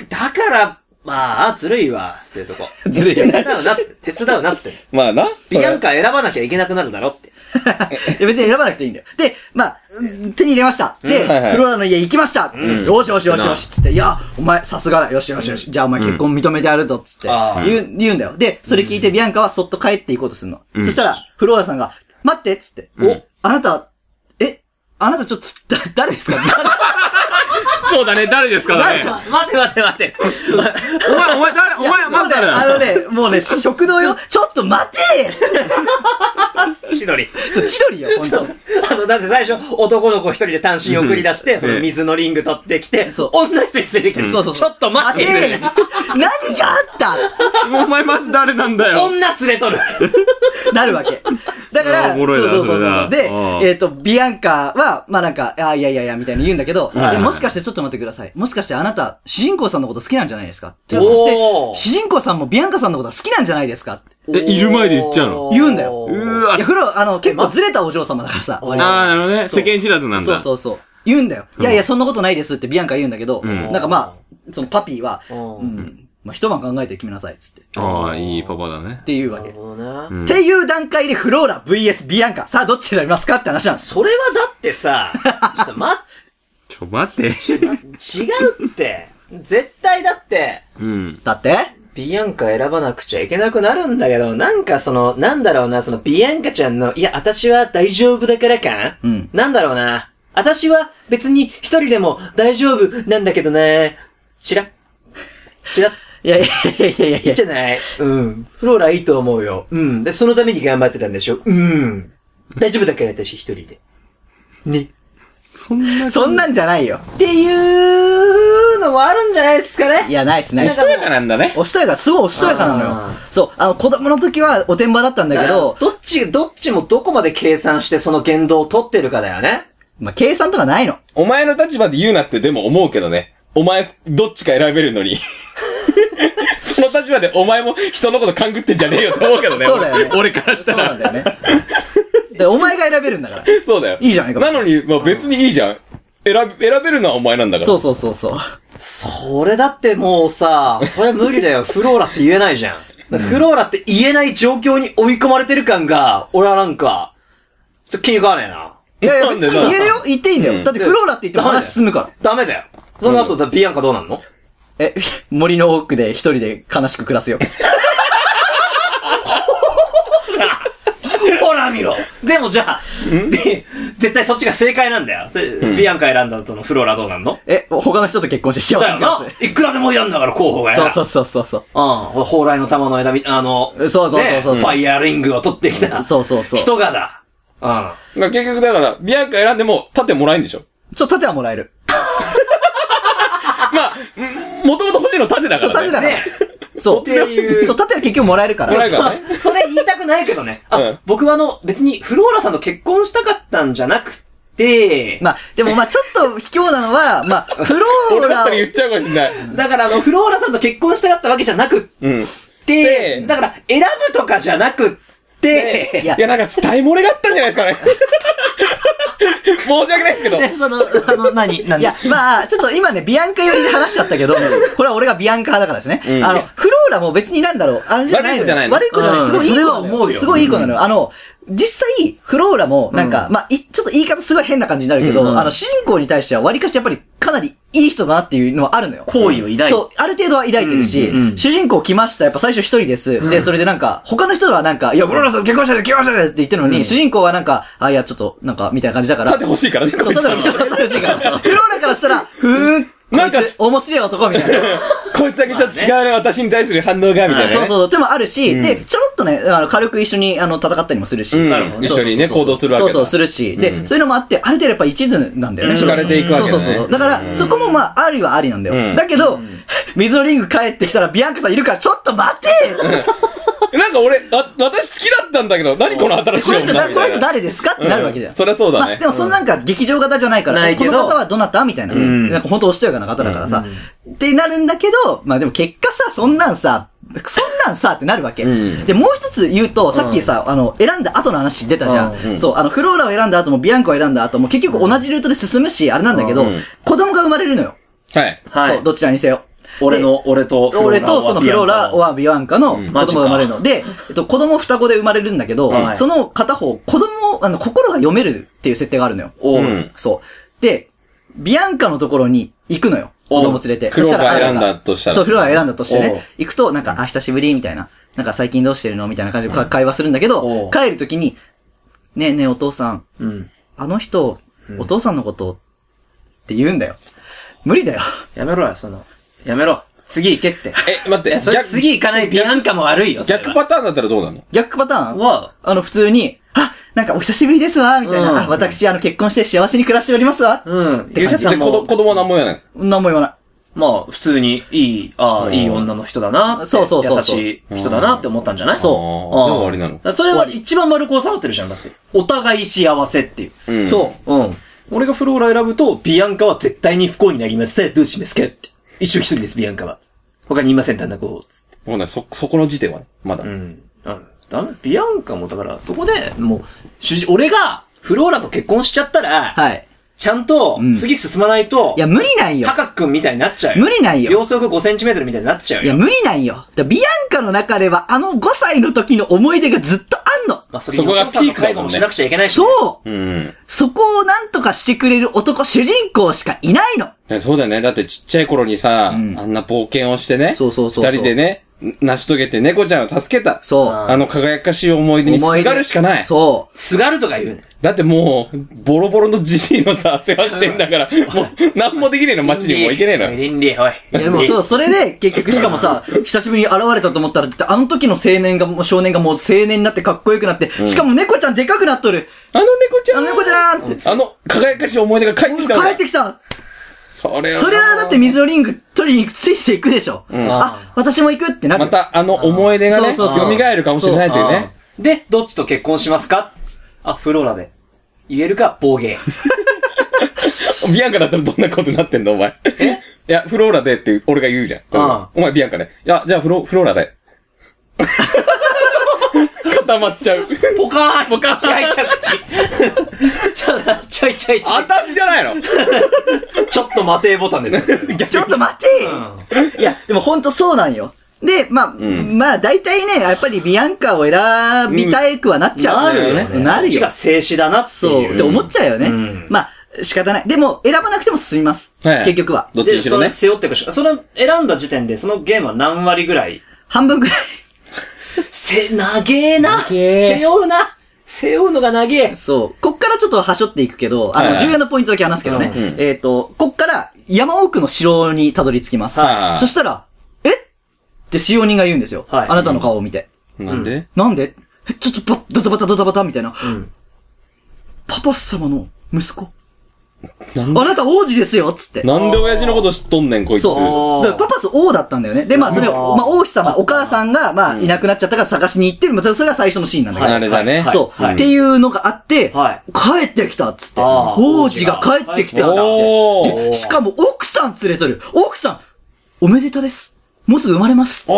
S2: ら、まあ、ずるいわ、そういうとこ。
S1: ずるいよ
S2: 手
S1: ね。
S2: 伝うなっつって、手伝うなっつって。
S4: まあな。そ
S2: ビ
S4: れ
S2: アンカ選ばなきゃいけなくなるだろって。
S1: いや、別に選ばなくていいんだよ。で、まあ、うん手に入れました。で、
S4: うんはいはい
S1: フローラの家行きました。よしよしよしよし、つって。いや、お前、さすがだ。よしよしよし。じゃあお前結婚認めてやるぞ、つって
S2: ああ。
S1: 言う、言うんだよ。で、それ聞いてビアンカはそっと帰っていこうとするの。そしたら、フローラさんが、待って、つって。お、あなた、え、あなたちょっと、だ、誰ですか
S4: そうだね、 誰ですか
S1: 誰で
S4: ね
S1: す。か
S2: 待て待て待て。
S4: お前、お前誰、お前、まず誰
S1: あ
S4: だ
S1: のね、もうね、食堂よ。ちょっと待て
S2: 千鳥。
S1: そう千鳥よ、ほんと。
S2: あの、だって最初、男の子一人で単身送り出して、その水のリング取ってきて、
S1: そう
S2: 女一人連れてきて、
S1: そうそうそう
S2: ちょっと待って
S1: ええ何があった
S4: お前、まず誰なんだよ。
S2: 女連れとる
S1: なるわ け。だから、
S4: あおもろいな
S1: そうそうそうそう。
S4: それ
S1: で
S4: な、
S1: えっ、と、ビアンカは、まあなんか、あいやいやいや、みたいに言うんだけど、
S4: はい
S1: でもしかしてちょっと待ってください。もしかしてあなた、主人公さんのこと好きなんじゃないですかじゃあ
S2: おー
S1: そして、主人公さんもビアンカさんのことが好きなんじゃないですか
S4: えいる前で言っちゃうの
S1: 言うんだよ
S2: う
S1: いや、風呂、あの、結構ずれたお嬢様だからさ、割と
S4: ああ、なるほどね。
S1: そ
S4: 世
S1: う
S4: 間知らずなん
S1: そう
S4: だ。
S1: そうそう。言うんだよ。いやいや、そんなことないですってビアンカ言うんだけど、
S4: ん
S1: なんかまあ、そのパピーは、う
S2: うん
S1: ん、まあ一晩考えて決めなさい、つって。っ
S4: ああ、いいパパだね。
S1: ていうわ
S2: な
S1: け。
S2: る
S1: っ
S2: ほどな。
S4: ん
S1: ていう段階でフローラ VS ビアンカ。さあ、どっち選びますかって話なんです。
S2: それはだってさ、 ちょっと待
S4: ちょ、待って。
S2: って、違うって。絶対だって、
S4: うん。
S1: だって
S2: ビアンカ選ばなくちゃいけなくなるんだけど、なんかその、なんだろうな、そのビアンカちゃんの、いや、私は大丈夫だからか
S1: うん
S2: なんだろうな。私は別に一人でも大丈夫なんだけどね。チラッ。チラッ。
S1: いやいやいやいやい
S2: いい
S1: や
S2: じゃないうん。フローラいいと思うよ。うん。で、そのために頑張ってたんでしょうん。大丈夫だから私一人で。ね。
S4: そんな、
S1: そんなんじゃないよ。
S2: っていうのもあるんじゃないですかね
S1: いや、ないっすね。
S4: しとやかなんだね。
S1: おしとやか、すごいおしとやかなの
S2: あ
S1: よ。そう、あの、子供の時はおてんばだったんだけど、
S2: どっち、どっちもどこまで計算してその言動を取ってるかだよね。
S1: まあ、計算とかないの。
S4: お前の立場で言うなってでも思うけどね。お前、どっちか選べるの に。その立場でお前も人のこと勘ぐってんじゃねえよと思うけどね。
S1: そうだよね
S4: 俺俺からし
S1: そ
S4: た
S1: うなん
S4: ら。
S1: だよね。でお前が選べるんだから。
S4: そうだよ。
S1: いいじゃないか
S4: なのに、まあ別にいいじゃん。選べ、選べるのはお前なんだから。
S1: そうそうそうそう。
S2: それだってもうさ、それは無理だ よ。フローラって言えないじゃん。フローラって言えない状況に追い込まれてる感が、俺はなんか、ちょっと気に食わねえな。
S1: いやいや、別
S4: なんでな
S1: に言えるよ言っていいんだよ。
S4: うん
S1: だってフローラって言っても話進むから。
S2: ダメだよ。その後、だビアンカどうなんの
S1: え、森の奥で一人で悲しく暮らすよ。
S2: ほら見ろでもじゃあ、で絶対そっちが正解なんだよ。でビアンカ選んだ後のフローラどうなんの
S1: え、他の人と結婚して幸
S2: だ
S1: せ
S2: よ
S1: に暮ら
S2: な
S1: す。
S2: いくらでもいるんだから、候補がや
S1: そう
S2: な
S1: そうそうそうそう。
S2: うん。蓬莱の玉の枝み、あの、
S1: そうそうそうそう
S2: ね
S1: そう
S2: ファイヤーリングを取ってきた。
S1: そうそうそう
S2: 人がだ。うん。
S4: まあ結局だから、ビアンカ選んでも、盾もらえんでしょ。
S1: ちょ、盾はもらえる。
S4: まあ、んもともと欲しいの盾だから、
S1: 盾
S4: ね。
S1: だから
S2: ね。
S1: そう。
S2: っていう
S1: そう、盾は結局もらえるか
S4: もらえ
S1: ら。
S4: るからね。
S2: それ言いたくないけどね。あ、
S4: うん
S2: 僕はあの、別にフローラさんと結婚したかったんじゃなくて、
S1: まあ、でもまあちょっと卑怯なのは、まあ、フロー
S4: 俺だ
S1: ラ
S4: っ
S1: を
S4: たら言っちゃうかもしんない。
S2: だからあの、フローラさんと結婚したかったわけじゃなくっ
S4: うん。い
S2: て、
S4: で
S2: だから選ぶとかじゃなくって、
S1: いや、
S4: や、なんか伝え漏れがあったんじゃないですかね。申し訳ないですけ ど。
S1: で、その、あの、何、何いや、まあ、ちょっと今ね、ビアンカ寄りで話しちゃったけど、これは俺がビアンカ派だからですね。
S4: うん
S1: あの、フローラも別になんだろう、あれじゃないのよ
S4: 悪い子じゃないの
S1: 悪い子じゃない。
S2: うん
S1: すごいいい子なの
S2: それは思うよ
S1: すごいいい子なのよ。あの、実際、フローラも、なんか、まあ、いちょっと言い方すごい変な感じになるけど、あの、主人公に対しては、わりかしやっぱり、かなりいい人だなっていうのはあるのよ。
S2: 好意を抱いて
S1: そう、ある程度は抱いてるし、
S2: うんうんうん
S1: 主人公来ました、やっぱ最初一人です。で、それでなんか、他の人はなんか、いや、フローラさん結婚したで結婚したでって言ってるのに、主人公はなんか、あ、いや、ちょっと、なんか、みたいな感じだから。
S4: 盾欲しいからね、こ
S1: そう、
S4: いつ
S1: ただ見た
S4: は。
S1: 目楽しいから。フローラからしたら、ふーん、
S4: なんか
S1: こいつ面白い男みたいな。
S4: こいつだけじゃ違うね、私に対する反応が、みたいなね。
S1: そうそう、でもあるし、で、ちょろっとね、あの、軽く一緒に、あの、戦ったりもするし。
S4: うん
S1: なるほど
S4: 一緒にね
S1: そうそうそう
S4: 行動するわけだ
S1: そうそう、するし。で、そういうのもあって、ある程度やっぱ一途なんだよね。
S4: 惹かれていくわけだね
S1: そうそうそう。だから、そこもまあ、ありはありなんだ
S4: う
S1: よ。
S4: ん
S1: だけど、水のリング帰ってきたら、ビアンカさんいるから、ちょっと待て
S4: なんか俺、あ私好きだったんだけど、何この新しい
S1: この
S4: 女み
S1: 人、
S4: た
S1: だ
S4: い
S1: この人
S4: な。
S1: 誰ですかってなるわけだよ
S4: うん。そりゃそうだね
S1: まあでもそのなんか劇場型じゃないから、
S2: ない
S1: こ
S2: けど
S1: の方はどなたみたいな。
S2: ん
S1: なんか本当おしとやかな方だからさ。ってなるんだけど、まあでも結果さ、そんなんさ、そんなんさってなるわけ。
S4: ん
S1: で、もう一つ言うと、さっきさ、あの、選んだ後の話出たじゃん。そう、あの、フローラを選んだ後も、ビアンコを選んだ後も、結局同じルートで進むし、あれなんだけど
S4: うん、
S1: 子供が生まれるのよ。
S4: はい。
S2: はい
S1: そう、どちらにせよ。
S2: 俺の、俺とフローラ
S1: 俺とそのフローラ
S2: は
S1: はビアンカの子供が生まれるの。で、えっと、子供双子で生まれるんだけど、
S2: はい
S1: その片方、子供、あの、心が読めるっていう設定があるのよ。
S2: おう
S4: うん
S1: そう。で、ビアンカのところに行くのよ。
S2: お
S1: 子供連れて。
S4: フローラ
S1: そ
S4: 選んだとしたら
S1: そう、フローラ選んだとしてね。
S2: お
S1: 行くと、なんか、あ、久しぶりみたいな。なんか、最近どうしてるのみたいな感じでか会話するんだけ
S2: お
S1: ど、
S2: う
S1: 帰るときに、ねえねえお父さん、
S2: うん。
S1: あの人、お父さんのこと、って言うんだよ。無理だよ。
S2: やめろよ、その。やめろ。次行けって。
S4: え、待っ
S2: え、
S4: て、
S2: それ
S4: 逆
S2: 次行かないビアンカも悪いよ、それは
S4: 逆パターンだったらどうなの
S1: 逆パターン
S2: は、
S1: あの、普通に、あ、なんかお久しぶりですわ、みたいな、
S2: うん
S1: あ、私、あの、結婚して幸せに暮らしておりますわ。
S2: うん。
S1: て
S2: ゆう
S1: 感
S2: ちゃ
S1: じ
S2: さ
S4: で、
S2: ん
S4: 子ど
S2: も、
S4: 子供は何も言わない。
S1: 何も言わな
S2: まあ、普通に、いい、あ
S4: う
S2: あ、
S4: ん
S2: いい女の人だなって、
S1: そうそうそうそう
S2: 優しい人だなって思ったんじゃない
S4: そう
S2: うん
S4: あーでも終わりなの
S2: だからそれは一番丸く収まってるじゃん、だって。お互い幸せっていう。
S4: うん
S2: う。うん。俺がフローラ選ぶと、ビアンカは絶対に不幸になります。さあ、どうしますかって。一生一人です、ビアンカは。他にいません、旦那こう。つって
S4: もうね、そ、そこの時点はね、まだ。
S2: うん。うん。ダメ。ビアンカも、だから、そこで、もう、主人、俺が、フローラと結婚しちゃったら、
S1: い。はい。
S2: ちゃんと
S1: うん、
S2: 次進まないと、
S1: いや、無理ないよ
S2: タ。カ君みたいになっちゃうよ。
S1: 無理ないよ。
S2: 秒速5センチメートルみたいになっちゃう
S1: いや、
S2: よ。
S1: 無理ないよ。だビアンカの中では、あの5歳の時の思い出がずっとあんの。
S2: まあ、そ
S4: そこがピークだも
S2: 介
S4: んね
S2: 護もしなくちゃいけないし。
S1: そう
S4: うん。
S1: そこをなんとかしてくれる男、主人公しかいないの。
S4: でそうだよね。だってちっちゃい頃にさ、
S1: ん
S4: あんな冒険をしてね。
S1: そうそうそうそう
S4: 二人でね、成し遂げて猫ちゃんを助けた。
S1: そう。
S4: あの輝かしい思い出に
S1: 思い
S4: す
S1: 出
S4: がるしかない。
S1: そ
S2: すがるとか言うね。
S4: だってもう、ボロボロのじじいのさ、世話してん だから、もう、なんもできねえの、街にも行けねえの。
S2: 倫理、お
S1: う。
S2: い。
S1: いや、でもそう、それで、結局しかも さ、久しぶりに現れたと思ったら、だってあの時の青年が、もう少年がもう青年になってかっこよくなって、しかも猫ちゃんでかくなっとる。
S4: あの猫ちゃん
S1: あの猫ちゃんって。
S4: あの、輝かしい思い出が帰ってきたんだ
S1: 帰ってきた
S4: それは。
S1: それはだって水のリング取りについていくでしょ。あ、私も行くってなる。
S4: また、あの思い出がね、
S1: そうそうそう
S4: 蘇るかもしれないというね。
S2: で、どっちと結婚しますかあ、フローラで。言えるか、暴言。
S4: ビアンカだったらどんなことになってんの、お前。えいや、フローラでって俺が言うじゃん。
S2: ああ
S4: お前ビアンカね。いや、じゃあフロ、フロー ラで。固まっちゃう。
S2: ポカーンポカーン違い着地。ちょっと、ちちゃいちゃいちゃい。
S3: 私じゃないの
S2: ちょっと待てーボタンですよ。それは
S1: ちょっと待て、いや、でもほんとそうなんよ。で、まあ、まあ、大体ね、やっぱりビアンカを選びたいくはなっちゃう。な
S2: こっ
S1: る
S2: ち
S1: よ
S2: が。静止だなって
S1: そう、
S2: い
S1: っ
S2: う。
S1: て思っちゃうよね。
S2: うん
S1: まあ、仕方ない。でも、選ばなくても進みます。
S4: はい
S1: 結局は。
S4: どっちにしろ
S2: で
S4: ね
S2: そ。れ背負っていくし。その選んだ時点で、そのゲームは何割ぐらい
S1: 半分くらい。
S2: せ、長えな
S4: え
S2: 背負うな背負うのが長え
S1: そう。こっからちょっとはしょっていくけど、あの、
S4: はいはい
S1: 重要なポイントだけ話すけどね。
S4: うん
S1: えっ、と、こっから山奥の城にたどり着きます。
S4: はいはいはい
S1: そしたら、えって使用人が言うんですよ。
S2: はい
S1: あなたの顔を見て。
S4: なんで
S1: なんでえ、ちょっとば、ドタバタドタバタみたいな。
S2: ん
S1: パパ様の息子。
S4: な
S1: あなた王子ですよつって。
S4: なんで親父のこと知っとんねん、こいつ。
S1: そう。だからパパス王だったんだよね。で、まあそれを、まあ王妃様、お母さんが、まあいなくなっちゃったから探しに行って、まあそれが最初のシーンなんだけど。
S4: あれだね。
S2: はい
S1: そう、
S2: はい
S1: っていうのがあって、
S2: は
S1: 帰ってきたっつって。
S2: あー
S1: 王子が帰ってきた
S2: 王子が帰ってきた
S4: おー。
S1: でしかも奥さん連れとる。奥さん、おめでとうです。もうすぐ生まれます。
S4: あ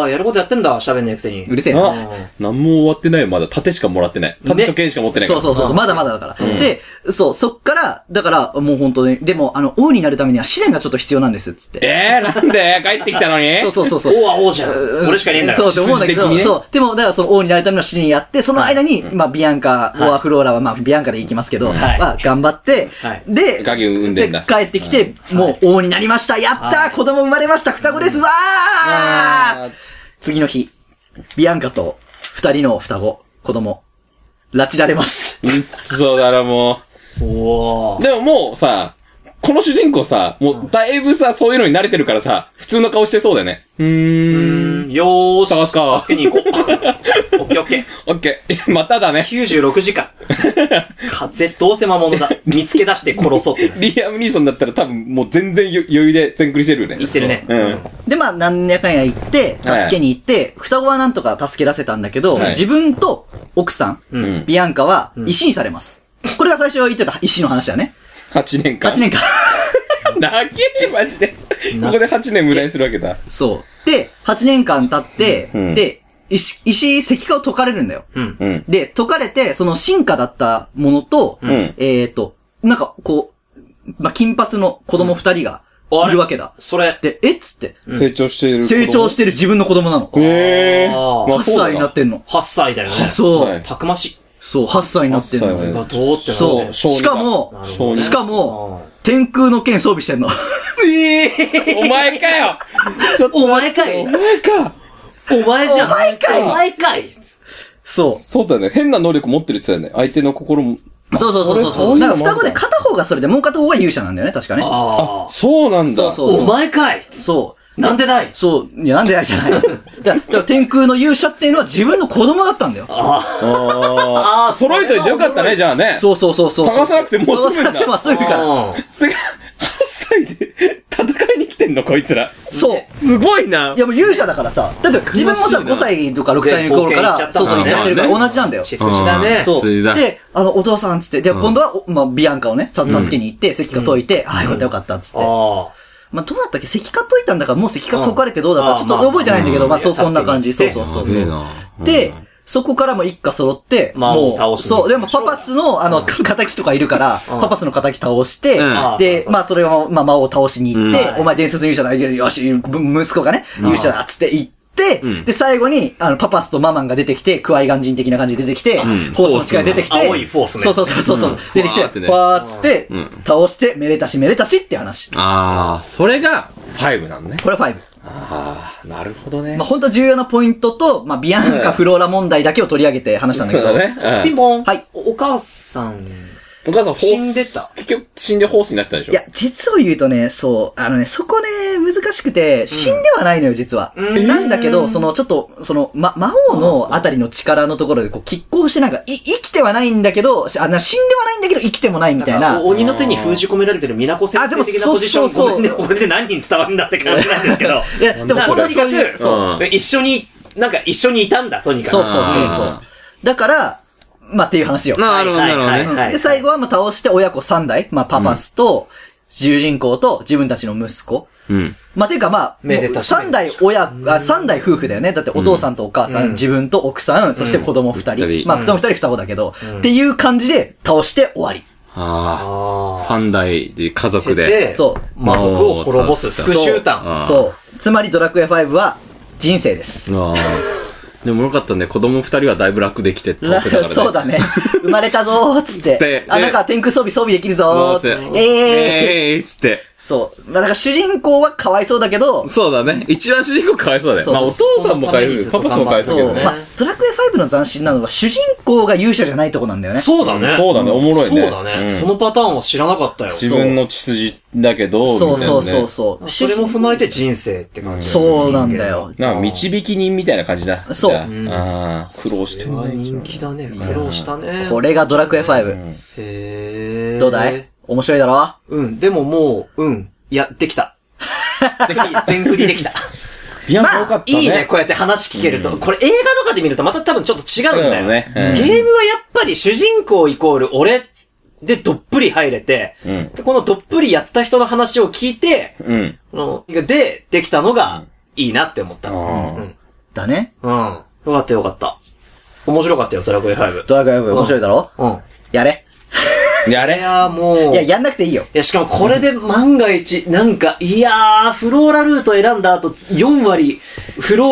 S2: ああ、やることやってんだ、喋んねえくせに。
S1: うるせえ
S4: ー。
S1: な。
S4: あ、なんも終わってないよ、まだ。盾しかもらってない。盾と剣しか持ってない
S1: そ
S4: から。
S1: うそうそうそう、まだまだだから、で、そう、そっから、だから、もう本当に、でも、あの、王になるためには試練がちょっと必要なんです、つって。
S4: えー、なんで帰ってきたのに
S1: そうそうそうそう。
S2: 王は王じゃん。俺しかねえんだか
S1: そ
S2: ら
S1: うっ。て思うんだけ
S4: 必
S1: ど、
S4: 然的にね
S1: そう。でも、だからその王になるための試練やって、その間に、まあ、ビアンカ、オアフローラは、まあ、ビアンカで行きますけど、
S2: はい
S1: まあ、頑張って
S2: はい、
S1: で、
S4: ガキ産んでんだ
S1: 帰ってきて、もう王になりましたやった
S2: はい
S1: ー子供生まれました双子ですわー
S4: あ
S1: 次の日、ビアンカと二人の双子、子供、拉致られます。
S4: ー。嘘だろ、も
S2: お
S4: う。
S2: ー。
S4: でももうさ、この主人公さ、もうだいぶさ、そういうのに慣れてるからさ、普通の顔してそうだよね。う
S2: うー
S4: ーん。
S2: ん、よーし。
S4: 探すか
S2: 助けに行こう。オッケーオッケー。
S4: オッケー。 まただ ね。
S2: 96時間。風、どうせ魔物だ。見つけ出して殺そうって。
S4: リアム・ニーソンだったら多分もう全然余裕で全クリしてるよね。
S2: 言ってるね。
S4: うん。
S1: で、まあ、何やかんや行って、
S4: はい
S1: 助けに行って、双子はなんとか助け出せたんだけど、
S4: はい
S1: 自分と奥さん、
S4: ん
S1: ビアンカは石にされます。これが最初言ってた石の話だよね。
S4: 8年間。
S1: 8年間。
S4: 長え、マジで。ここで8年無駄にするわけだ。
S1: そう。で、8年間経って、
S4: うん
S1: で、石、石、石化を解かれるんだよ。
S2: うん。
S4: うん。
S1: で、解かれて、その進化だったものと、
S4: ん
S1: えっ、と、なんか、こう、まあ、金髪の子供二人が
S2: うんあれ
S1: いるわけだ。
S2: それ。
S1: で、えっつって、
S4: 成長してる。
S1: 成長してる自分の子供なの。
S4: てへえ。
S2: あー
S4: ま
S1: 8
S4: あそうだ
S1: 歳になってんの。
S2: 8歳だよね。
S1: そう
S4: はい
S2: たくましい。
S1: そう、8歳になってん
S4: 8歳
S1: の
S4: ね。
S2: がどうってなる
S1: そ
S2: ね
S1: う。
S4: 少年
S1: しかも、
S2: なる
S4: ほどね
S1: しかも、天空の剣装備してんの。
S4: お前かよちょっと
S2: お前か
S4: お
S2: い
S4: 前か
S2: お前じゃん
S1: お前かい
S2: お前かい
S1: そう。
S4: そうだよね。変な能力持ってるって言ってたよね。相手の心も。
S1: そうそうそうそう。
S4: それそういう
S1: だか
S4: の
S1: ら双
S4: も
S1: 子で片方がそれで、もう片方が勇者なんだよね、確かね。
S2: ああ。
S4: そうなんだ。
S1: そうそう
S2: お前かい
S1: そう。
S2: なんでだい
S1: そう、いや、なんでやじゃ ない。だから、だから天空の勇者っていうのは自分の子供だったんだよ。
S2: ああ、
S4: 揃えといてよかったね、じゃあね。
S1: そうそうそうそう。
S4: 探さなくてもうすぐ
S1: 探さ
S4: んだ
S1: なくてもすぐから。
S2: う
S4: てか、8歳で戦いに来てんの、こいつら。
S1: そう。
S4: すごいな。
S1: いやもう勇者だからさ、だって自分もさ、
S4: 悔しいな
S1: 5歳とか6歳の頃か
S2: で冒険行っちゃ
S1: ら、
S2: った
S1: そ
S2: も
S1: うんそう行
S2: ね
S1: っちゃってるから同じなんだよ
S2: ん。。血筋だね。
S1: そ
S4: 筋
S1: う。
S4: だ
S1: で、あの、お父さんっつって、で、今度は、おまあ、ビアンカをね、さ助けに行って、石化解いて、ああ、よかったよかったっつって。
S2: あ
S1: まあ、どうだったっけ石化解いたんだから、もう石化解かれてどうだった
S2: うん
S1: ちょっと覚えてないんだけ
S2: あ
S1: ど、
S2: ー
S1: まあ、そう、
S2: まあ
S1: そんな感じ。
S2: 助
S1: そ
S2: け
S1: う
S2: に
S1: そ
S2: 行
S1: う
S2: っ
S1: そ
S2: て
S1: う。
S5: ねえな。
S1: で、そこからも一家揃って、
S2: まあ
S1: も
S2: も
S1: う、
S2: う倒しに行
S1: そ
S2: く
S1: う、でもパパスの、あの、敵とかいるから、パパスの敵倒して、
S2: んあ
S1: で
S2: そ、う
S1: まあそれを、まあ魔王を倒しに行って、
S2: うん
S1: お前伝説の勇者だ、よし、ぶ息子がね、勇者だ、つって言って、で、最後に、あの、パパスとママンが出てきて、クワイガン人的な感じで出てきて、フォースの力が出てきて、
S2: フォースの青いフォースね
S1: そうそうそうそう、出てき
S5: ふわーって
S1: て、
S5: ね
S1: ファーっつって、倒して、めでたしめでたしって話。
S5: あー、それが、
S4: 5なんね。
S1: これ5。
S4: ああ、なるほどね
S1: まあ。本当重要なポイントと、まあビアンカフローラ問題だけを取り上げて話したんだ
S4: そ
S1: け
S4: う
S1: ど、
S4: だね。
S2: あ。
S4: う
S2: ピ
S4: ん
S2: ンポン。
S1: はい
S2: お。お母さん。
S4: お母さん、ホース
S2: 死んでた
S4: 結局、死んでホースになってたでしょ
S1: いや、実を言うとね、そう、あのね、そこね、難しくて、死んではないのよ、実は。
S2: うん
S1: なんだけど、その、ちょっと、その、ま、魔王のあたりの力のところで、こう、拮抗してなんか、い、生きてはないんだけど、あな死んではないんだけど、生きてもないみたいな。
S2: お鬼の手に封じ込められてる美奈子先
S1: あで
S2: 生
S1: も
S2: 的なポジション。
S1: そうそう
S2: ごめんね、これで何人伝わるんだって感じなんですけど
S1: 。いや、でも、
S2: な
S1: ほ
S2: ん
S1: ん
S2: か
S1: とにそ
S2: とにか
S1: ういう、
S2: く、
S1: そう、
S2: そう一緒に、なんか一緒にいたんだ、とにかく。
S1: そうそうそうそ
S5: あ
S1: う。だから、まあ、っていう話よ。
S5: なるほど、なるほど
S2: は
S5: ね。
S2: いはいはいはい
S1: で、最後は、まあ、倒して親子3代、まあ、パパスと、主人公と自分たちの息子。
S5: うん。
S1: まあ、ていうかまあ、
S2: めでたし
S1: 三代親、あ、三代夫婦だよね。だってお父さんとお母さん、
S2: うん
S1: 自分と奥さん、そして子供二人。
S5: 二人
S1: まあ、子供二人双子だけど、っていう感じで倒して終わり。
S5: あ
S2: あ
S5: あ。三代で家族
S2: で、
S5: で。
S1: そう
S2: 魔族を滅ぼす復讐譚。
S5: あー
S1: そう。つまりドラクエ5は人生です。
S5: ああ。でもよかったね。子供二人はだいぶ楽でき てって倒せたからね。
S1: そうだね。生まれたぞーっつ
S5: つ
S1: っ
S5: って
S1: て。あ、
S5: で
S1: なんか天空装備装備できる
S5: ど
S1: ぞ
S5: うせ。
S1: ーええー。
S5: えーっつって。
S1: そう。まあ、だから主人公はかわいそうだけど、
S5: そうだね。一番主人公かわいそうだよ。
S1: そう
S5: まあお父さんもかわいそうだけどパパもかわいそうだけど
S1: そう
S5: ね。
S1: まあ、ドラクエ5の斬新なのは主人公が勇者じゃないとこなんだよね。
S2: そうだね。
S4: そうだねおもろいね
S2: そうだね。
S4: うん
S2: そのパターンは知らなかったよ。
S4: 自分の血筋だけど、みたい
S1: そ
S4: な
S1: う
S4: ね
S1: そうそうそう。
S2: それも踏まえて人生って感じ。
S1: そうなんだよ。
S4: なんか導き人みたいな感じだ。
S1: そう
S4: じゃああー苦労して
S2: これ
S4: る
S2: は
S4: ね。
S2: 人気だね。苦労したね。
S1: これがドラクエ5。
S2: へー
S1: どうだい面白いだろ
S2: うん。でももう、うん。いや、できた。 でき全クリできた。
S4: いや、
S1: まあ
S4: よかったね。
S2: いいね、こうやって話聞けると。これ映画とかで見るとまた多分ちょっと違うんだよ。
S4: そうだねうん
S2: ゲームはやっぱり主人公イコール俺でどっぷり入れて、
S4: うん
S2: でこのどっぷりやった人の話を聞いて、
S4: うん。
S2: あので、できたのがいいなって思った。うん。うん。
S1: だね。
S2: よかったよかった。面白かったよ、ドラクエ5。
S1: ドラクエ5面白いだろ
S2: うん。い
S1: やれ。
S4: やれ
S2: やーもう。
S1: いや、やんなくていいよ。
S2: いや、しかもこれで万が一、なんか、いやー、フローラルート選んだ後、4割、フロ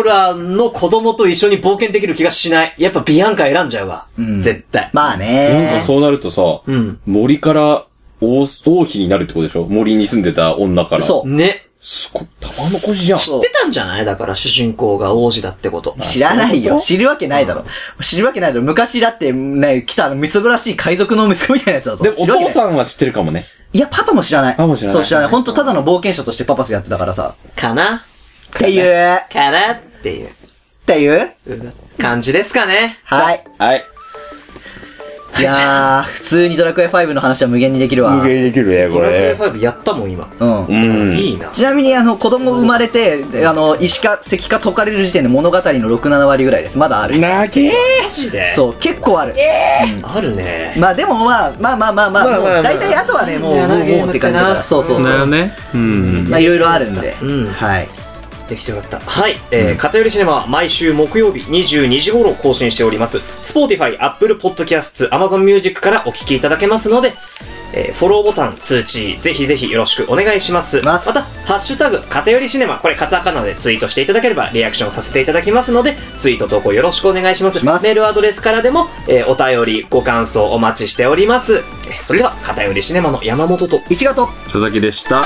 S2: ーラの子供と一緒に冒険できる気がしない。やっぱビアンカ選んじゃうわ。
S1: ん
S2: 絶対。
S1: まあ
S4: なんか
S1: ね
S4: そうなるとさ、
S2: ん
S4: 森から王王妃になるってことでしょ森に住んでた女から。
S1: そう
S2: ね。
S4: すごい、たまの子じゃん。
S2: 知ってたんじゃないだから、主人公が王子だってこと。
S1: 知らないよ。知るわけないだろ。知るわけないだろ。昔だって、ね、来た、みそぐらしい海賊の息子みたいなやつだぞ。
S4: でも
S1: 知
S4: お
S1: るわけな
S4: 父
S1: い
S4: さんは知ってるかもね。
S1: いや、パパも知らない。
S4: パパも知らない
S1: そう、知らない。ほんと、ただの冒険者としてパパスやってたからさ。
S2: かな
S1: っていう、っ
S2: かなっていう
S1: ていう。
S2: 感じですかね。
S1: はい。
S4: はい。
S1: いやー、普通にドラクエ5の話は無限にできるわ。
S4: にできるね、
S2: ドラクエ5やったもん、今。
S1: うん。
S4: うん。
S2: いいな。
S1: ちなみに、あの、子供生まれて、であの、石か、石か解かれる時点で物語の6、7割ぐらいです。まだある。
S4: なげー
S2: マジでう。
S1: そう、結構ある。
S2: あるね。
S1: まあでもまあ、まあまあまあまあ、
S4: まあまあまあ
S1: もう大体あとはね、もう、もう、
S2: 長いゲー
S1: もうっ
S2: ムってて
S1: 感じだから。
S2: な
S1: そうそうそ
S5: だよ
S1: う。
S5: ね。うん。
S1: まあいろいろあるんで。
S2: うん
S1: はい。
S2: できてよかった。はい。えー、偏りシネマは毎週木曜日22時頃更新しております。Spotify、Apple Podcasts、Amazon Music からお聞きいただけますので、えーフォローボタン、通知、ぜひぜひよろしくお願いします。
S1: ます
S2: また、ハッシュタグ、偏りシネマ、これカタカナでツイートしていただければリアクションさせていただきますので、ツイート投稿よろしくお願いします。
S1: します
S2: メールアドレスからでも、えーお便り、ご感想お待ちしております。えーそれでは、偏りシネマの山本と、
S1: 石がと
S5: 佐々木でした。